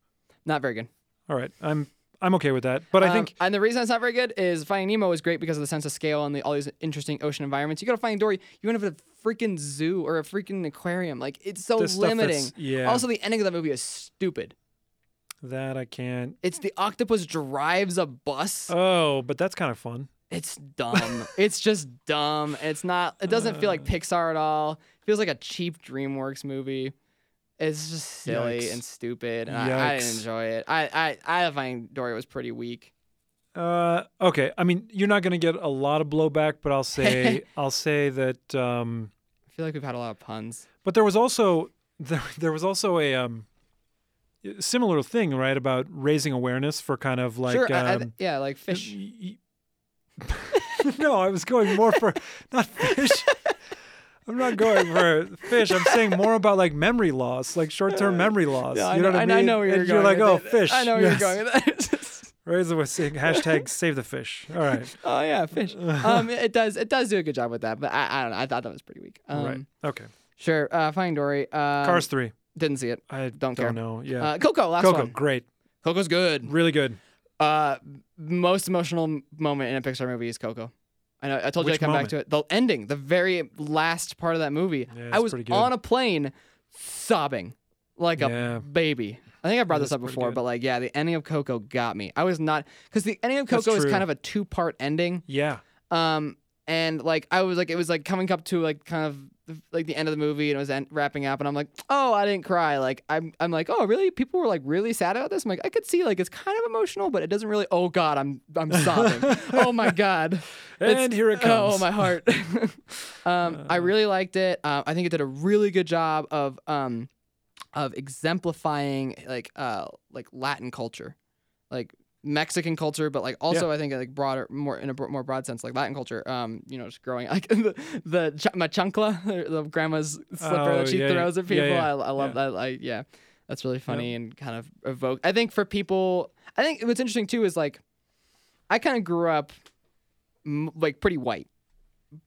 S2: Not very good.
S1: All right, I'm I'm okay with that. But I
S2: Um,
S1: think
S2: and the reason it's not very good is Finding Nemo is great because of the sense of scale and the, all these interesting ocean environments. You go to Finding Dory, you end up at a freaking zoo or a freaking aquarium. Like it's so
S1: the stuff that's-
S2: limiting.
S1: Yeah,
S2: Also, the ending of that movie is stupid.
S1: that I can't.
S2: It's the octopus drives a bus.
S1: Oh, but that's kind of fun.
S2: It's dumb. it's just dumb. It's not. It doesn't feel
S1: Uh.
S2: like Pixar at all. It feels like a cheap DreamWorks movie. It's just silly
S1: Yikes.
S2: and stupid, and I, I
S1: Yikes.
S2: didn't enjoy it. I I I find Dory was pretty weak.
S1: Uh, okay. I mean, you're not gonna get a lot of blowback, but I'll say I'll say that. Um,
S2: I feel like we've had a lot of puns.
S1: but there was also there, there was also a um, similar thing, right, about raising awareness for kind of like
S2: sure. I- I-
S1: um,
S2: yeah, like fish.
S1: y- y- no, I was going more for not fish. I'm not going for fish. I'm saying more about like memory loss, like short-term memory loss.
S2: Uh, Yeah,
S1: you know
S2: I, know,
S1: what I mean?
S2: I know where you're
S1: and
S2: going.
S1: You're like,
S2: with
S1: oh,
S2: it.
S1: fish.
S2: I know where
S1: yes.
S2: you're going with that.
S1: Raise the saying hashtag save the fish. All right.
S2: oh yeah, fish. Um, it does it does do a good job with that, but I, I don't know. I thought that was pretty weak. Um,
S1: right. Okay.
S2: Sure. Uh, Finding Dory. Um,
S1: Cars three.
S2: Didn't see it.
S1: I
S2: don't
S1: don't,
S2: care.
S1: know. Yeah.
S2: Uh, Coco. Last
S1: Coco,
S2: one.
S1: great.
S2: Coco's good.
S1: Really good.
S2: Uh, most emotional m- moment in a Pixar movie is Coco. I know. I told you
S1: Which
S2: I'd come back to it. The ending, the very last part of that movie.
S1: Yeah,
S2: I
S1: it's
S2: was
S1: pretty good.
S2: on a plane, sobbing like
S1: Yeah.
S2: a baby. I think I brought
S1: Yeah,
S2: this
S1: that's
S2: up
S1: pretty
S2: before,
S1: good.
S2: but like, yeah, the ending of Coco got me. I was not because the ending of
S1: That's
S2: Coco is
S1: true.
S2: kind of a two-part ending.
S1: Yeah.
S2: Um, and like I was like, it was like coming up to like kind of the- like the end of the movie, and it was en- wrapping up, and I'm like, oh, I didn't cry. Like I'm, I'm like, oh, really? People were like really sad about this. I'm like, I could see like it's kind of emotional, but it doesn't really. Oh God, I'm, I'm sobbing. oh my God. It's-
S1: And here it comes. Uh.
S2: Oh, my heart. um, I really liked it. Um, I think it did a really good job of um, of exemplifying like uh, like Latin culture, like Mexican culture, but like also I think like broader, more in a bro- more broad sense, like Latin culture. Um, you know, just growing like the, the ch- machancla, the grandma's slipper
S1: Oh,
S2: that she
S1: yeah,
S2: throws at
S1: yeah,
S2: people.
S1: yeah,
S2: I, I love
S1: yeah.
S2: that. Like, yeah, that's really funny and kind of evoke. I think for people, I think what's interesting too is like, I kind of grew up m- like pretty white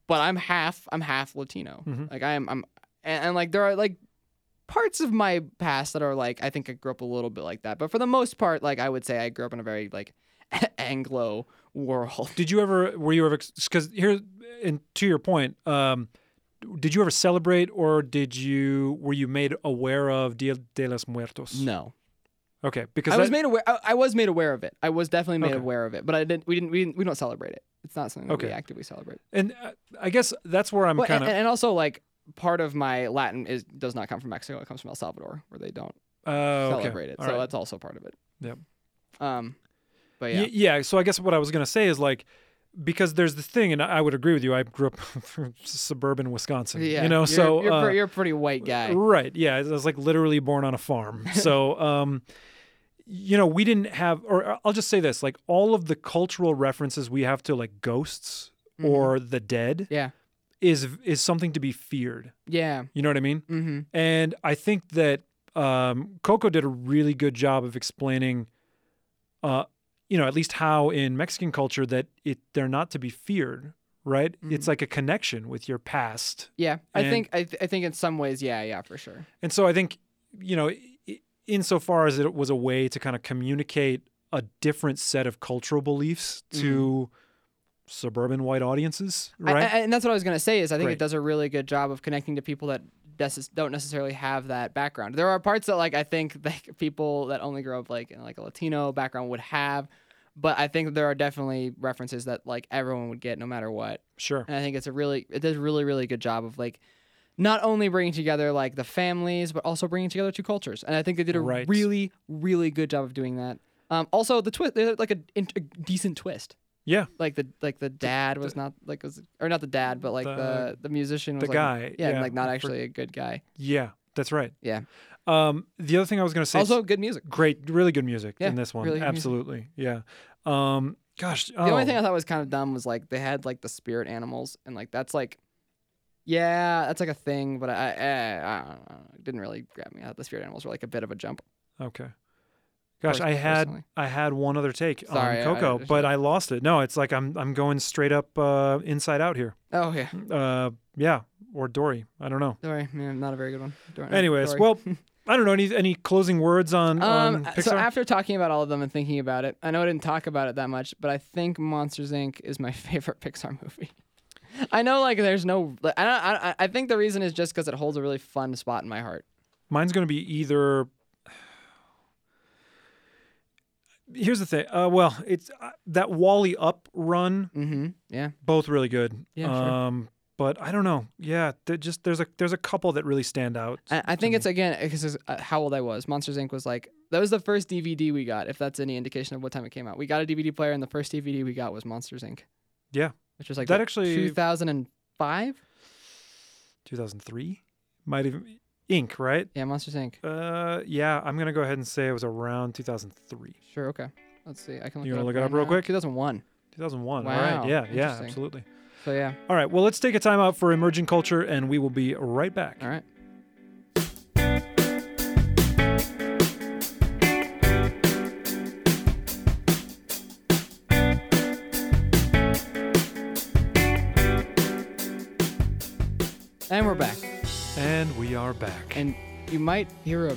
S2: but I'm half I'm half Latino.
S1: Mhm.
S2: Like I'm I'm and, and like there are like parts of my past that are like I think I grew up a little bit like that. But for the most part, like I would say I grew up in a very like Anglo world.
S1: Did you ever? Were you ever? Because here, and to your point, um, did you ever celebrate, or did you? Were you made aware of Dia de los Muertos?
S2: No,
S1: Okay, because
S2: I was
S1: that-
S2: made aware. I, I was made aware of it. I was definitely made
S1: Okay.
S2: aware of it, but I didn't. We didn't. We, didn't, we don't celebrate it. It's not something that we
S1: Okay.
S2: actively celebrate.
S1: and uh, I guess that's where I'm
S2: Well, eh,
S1: kind
S2: and,
S1: of.
S2: and also like part of my Latin is does not come from Mexico. It comes from El Salvador, where they don't
S1: Uh, okay.
S2: eh, celebrate it.
S1: All
S2: so
S1: right.
S2: that's also part of it.
S1: Yep.
S2: Um, but yeah,
S1: Y- yeah. So I guess what I was gonna say is like, because there's this thing, and I would agree with you. I grew up from suburban Wisconsin.
S2: yeah.
S1: You know,
S2: You're-
S1: so
S2: you're,
S1: uh,
S2: pre- you're a pretty white guy.
S1: Right. Yeah. I was like literally born on a farm. So, um, you know, we didn't have, or uh, I'll just say this like all of the cultural references we have to like ghosts
S2: Mm-hmm.
S1: or the dead
S2: Yeah.
S1: is is something to be feared.
S2: Yeah.
S1: You know what I mean?
S2: Mm-hmm.
S1: And I think that um, Coco did a really good job of explaining, uh, you know, at least how in Mexican culture that it they're not to be feared. Right? It's like a connection with your past
S2: Yeah. I
S1: And-
S2: think I, th- I think in some ways, yeah, yeah, for sure.
S1: And so I think, you know, i- insofar as it was a way to kind of communicate a different set of cultural beliefs to suburban white audiences,
S2: Mm-hmm. I-
S1: right?
S2: I- and that's what I was gonna say is I think
S1: Right.
S2: it does a really good job of connecting to people that necess- don't necessarily have that background. There are parts that like I think like people that only grow up like in like a Latino background would have, but I think there are definitely references that like everyone would get no matter what.
S1: sure.
S2: and I think it's a really it does a really really good job of like not only bringing together like the families but also bringing together two cultures and I think they did a
S1: Right.
S2: really really good job of doing that. Um, also the twist there's like a, in- a decent twist
S1: Yeah.
S2: like the like the dad was not like was or not the dad but like
S1: The-
S2: the the, musician was
S1: the
S2: like,
S1: guy,
S2: yeah,
S1: yeah,
S2: like not
S1: I for-
S2: actually a good guy
S1: Yeah. That's right.
S2: yeah
S1: Um, the other thing I was going to say
S2: also good music
S1: great, really good music
S2: Yeah,
S1: in this one.
S2: really good music.
S1: Absolutely. Yeah. Um, gosh.
S2: the only thing I thought was kind of dumb was like they had like the spirit animals and like that's like yeah that's like a thing but I I, I, don't know, it didn't really grab me I thought the spirit animals were like a bit of a jump
S1: Okay. Gosh,
S2: Pers-
S1: I had
S2: personally.
S1: I had one other take
S2: Sorry, I-
S1: on Coco,
S2: I-
S1: but I lost it. No, it's like I'm I'm going straight up uh, inside out here.
S2: oh yeah
S1: Uh, yeah, or Dory. I don't know.
S2: Dory, yeah, not a very good one. Dory,
S1: Anyways,
S2: Dory.
S1: well, I don't know any any closing words on, on
S2: um,
S1: Pixar.
S2: so after talking about all of them and thinking about it, I know I didn't talk about it that much, but I think Monsters Inc. is my favorite Pixar movie. I know, like, there's no, like, I don't, I, I- I think the reason is just because it holds a really fun spot in my heart.
S1: Mine's going to be either. Here's the thing. Uh, well, it's uh, that Wally Up run,
S2: Mm-hmm. Yeah.
S1: both really good.
S2: Yeah, sure.
S1: Um, but I don't know. Yeah, there just there's a there's a couple that really stand out.
S2: I, I
S1: to
S2: think
S1: me.
S2: it's again because it's, uh, how old I was. Monsters Inc. was like that was the first DVD we got, if that's any indication of what time it came out. We got a DVD player, and the first DVD we got was Monsters Inc.
S1: Yeah.
S2: which was like
S1: That
S2: what,
S1: actually-
S2: 2005.
S1: 2003 might even Ink, right?
S2: Yeah, Monsters Inc.
S1: Uh, yeah, I'm gonna go ahead and say it was around 2003,
S2: Sure. Okay. Let's see. I can. Look
S1: You
S2: it
S1: wanna
S2: up
S1: look it up
S2: right
S1: real
S2: now.
S1: quick?
S2: 2001.
S1: 2001. All
S2: Wow,
S1: right. Yeah. Yeah.
S2: interesting.
S1: Absolutely.
S2: So yeah.
S1: All right. Well, let's take a time out for emerging culture, and we will be right back.
S2: All right. And we're back.
S1: And we are back.
S2: And you might hear a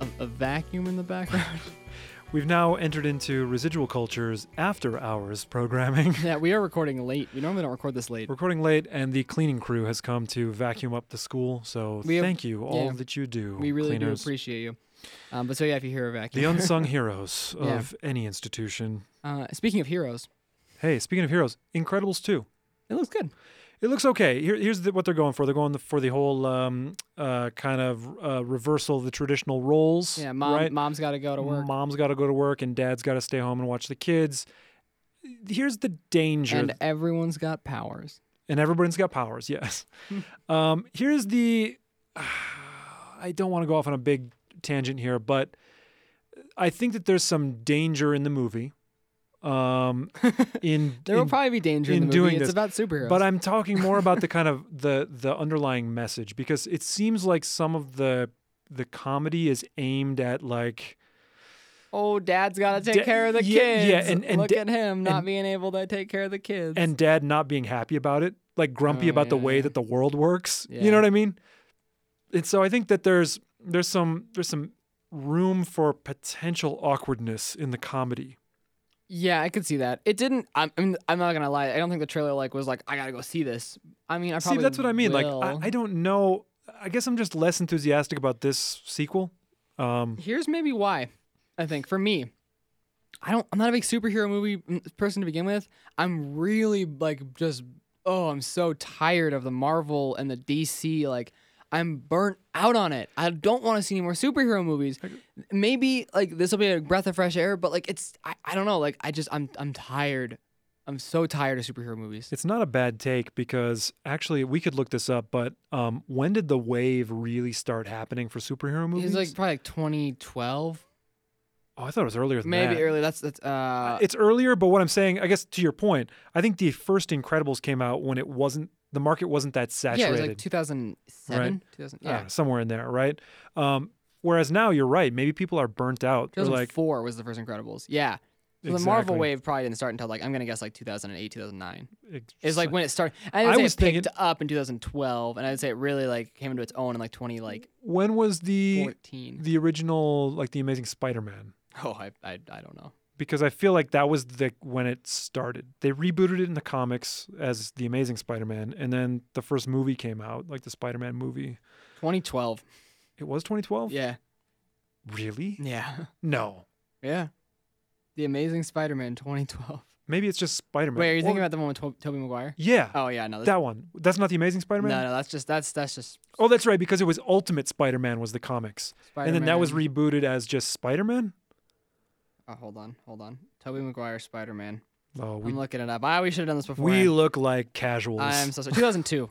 S2: a, a vacuum in the background.
S1: We've now entered into residual cultures after hours programming.
S2: yeah, we are recording late. We normally don't record this late.
S1: Recording late, and the cleaning crew has come to vacuum up the school. So
S2: We have-
S1: thank you all
S2: yeah.
S1: that you do.
S2: We really
S1: cleaners.
S2: do appreciate you. Um, but so yeah, if you hear a vacuum.
S1: the unsung heroes
S2: Yeah.
S1: of any institution.
S2: uh, speaking of heroes,
S1: Hey, speaking of heroes, Incredibles two.
S2: it looks good.
S1: It looks okay. Here, here's the, what they're going for. They're going for the whole um, uh, kind of uh, reversal of the traditional roles.
S2: Yeah, mom,
S1: right?
S2: mom's got to go to work.
S1: Mom's got to go to work and dad's got to stay home and watch the kids. Here's the danger.
S2: And everyone's got powers.
S1: and everybody's got powers, yes. um, here's the I don't want to go off on a big tangent here, but I think that there's some danger in the movie. Um, in,
S2: There will
S1: in-
S2: probably be danger in,
S1: in
S2: the
S1: doing
S2: movie.
S1: this,
S2: it's about superheroes.
S1: but I'm talking more about the kind of the the underlying message because it seems like some of the the comedy is aimed at like
S2: oh, dad's got to take
S1: Da-
S2: care of the
S1: yeah, yeah,
S2: kids.
S1: and- and
S2: look
S1: da-
S2: at him not
S1: and-
S2: being able to take care of the kids.
S1: and dad not being happy about it like grumpy
S2: Oh,
S1: about the
S2: yeah,
S1: way
S2: yeah.
S1: that the world works. You
S2: Yeah.
S1: know what I mean? And so I think that there's there's some there's some room for potential awkwardness in the comedy.
S2: Yeah, I could see that. It didn't. I'm. I'm I'm not gonna lie. I don't think the trailer like was like I gotta go see this. I mean, I
S1: See,
S2: probably
S1: that's what I mean.
S2: will.
S1: Like I, I don't know. I guess I'm just less enthusiastic about this sequel. Um,
S2: here's maybe why. I think for me, I don't. I'm not a big superhero movie mm, person to begin with. I'm really like just. Oh, I'm so tired of the Marvel and the DC. Like I'm burnt out on it. I don't want to see any more superhero movies. Maybe like this will be a breath of fresh air, but like it's. I, I don't know. Like I just. I'm. I'm tired. I'm so tired of superhero movies.
S1: it's not a bad take because actually we could look this up. But um, when did the wave really start happening for superhero
S2: It
S1: movies?
S2: was like probably like 2012,
S1: oh, I thought it was earlier than
S2: maybe
S1: that.
S2: early. That's that's. Uh,
S1: it's earlier, but what I'm saying, I guess to your point, I think the first Incredibles came out when it wasn't the market wasn't that saturated,
S2: yeah, it was like 2007, 2000,
S1: I
S2: yeah,
S1: don't know, somewhere in there, right? Um, whereas now you're right, maybe people are burnt out. They're like,
S2: 2004 was the first Incredibles. Yeah. So the Marvel
S1: Exactly.
S2: wave probably didn't start until like I'm gonna guess like 2008, 2009.
S1: Ex-
S2: It's like when it started. I,
S1: I
S2: would say
S1: was
S2: it picked
S1: thinking-
S2: up in 2012, and I'd say it really like came into its own in like 20 like
S1: when was the
S2: 14.
S1: the original like the Amazing Spider-Man?
S2: Oh, I, I I don't know.
S1: Because I feel like that was the when it started. They rebooted it in the comics as the Amazing Spider-Man, and then the first movie came out, like the Spider-Man movie.
S2: 2012.
S1: It was 2012.
S2: Yeah.
S1: Really?
S2: Yeah.
S1: No.
S2: Yeah. The Amazing Spider-Man 2012.
S1: Maybe it's just Spider-Man.
S2: Wait, are you
S1: Or-
S2: thinking about the one with to- Tobey Maguire?
S1: Yeah.
S2: Oh yeah, no. That's,
S1: That one. That's not the Amazing Spider-Man.
S2: no, no, that's just that's that's just
S1: Oh, that's right, because it was Ultimate Spider-Man was the comics,
S2: Spider-Man.
S1: and then that was rebooted as just Spider-Man.
S2: Oh, hold on, hold on. Toby Maguire, Spider Man.
S1: Oh, we
S2: I'm looking it up. I we should have done this before.
S1: we look like casuals.
S2: I'm so sorry. 2002.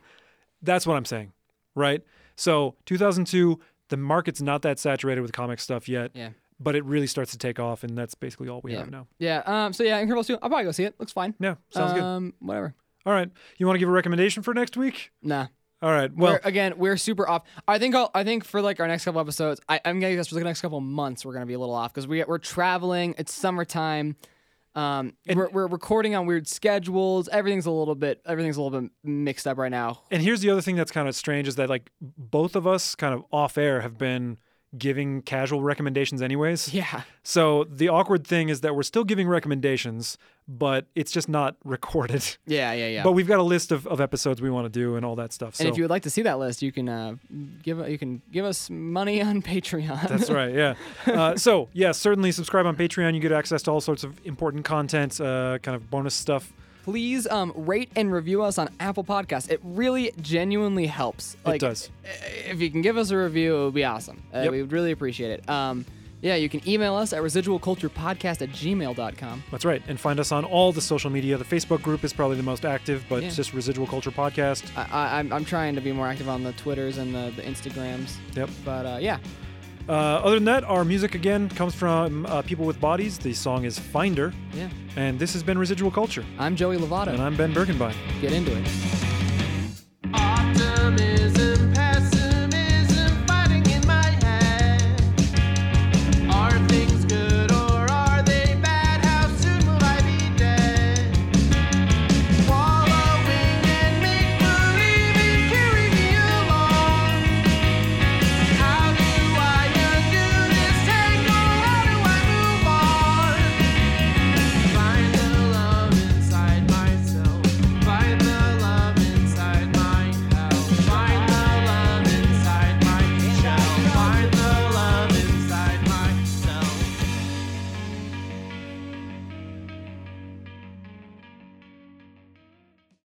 S1: that's what I'm saying, right? So 2002, the market's not that saturated with comic stuff yet,
S2: Yeah.
S1: but it really starts to take off, and that's basically all we
S2: Yeah.
S1: have now.
S2: Yeah. Um. So yeah, Incredibles 2. I'll probably go see it. Looks fine.
S1: Yeah, sounds good.
S2: um, good. Whatever.
S1: All right, you want to give a recommendation for next week?
S2: Nah.
S1: All right,
S2: Well,
S1: well,
S2: again, we're uh, super off. I think I'll, I think for like our next couple episodes, I, I'm gonna guess for the next couple months we're gonna be a little off because we we're traveling. It's summertime. Um, we're, we're recording on weird schedules. Everything's a little bit everything's a little bit mixed up right now.
S1: and here's the other thing that's kind of strange is that like both of us kind of off air have been giving casual recommendations anyways.
S2: Yeah.
S1: So the awkward thing is that we're still giving recommendations, but it's just not recorded.
S2: Yeah. Yeah. Yeah.
S1: But we've got a list of, of episodes we want to do and all that stuff. So
S2: And if you would like to see that list, you can uh, give you can give us money on Patreon.
S1: that's right, yeah. Uh, so yeah, certainly subscribe on Patreon. You get access to all sorts of important content, uh, kind of bonus stuff.
S2: Please um, rate and review us on Apple Podcasts. It really genuinely helps. Like, eh,
S1: does.
S2: If you can give us a review, it would be awesome. Uh,
S1: Yep.
S2: We would really appreciate it. Um, yeah, you can email us at residualculturepodcast at gmail.com.
S1: That's right. And find us on all the social media. The Facebook group is probably the most active, but
S2: Yeah.
S1: it's just Residual Culture Podcast.
S2: I, I, I'm, I'm trying to be more active on the Twitters and the, the Instagrams.
S1: Yep.
S2: But uh, yeah,
S1: Uh, other than that, our music again comes from uh, People with Bodies. The song is Finder.
S2: yeah.
S1: And this has been Residual Culture.
S2: I'm Joey
S1: And
S2: Lovato.
S1: I'm Ben Birkenbein.
S2: Get into it.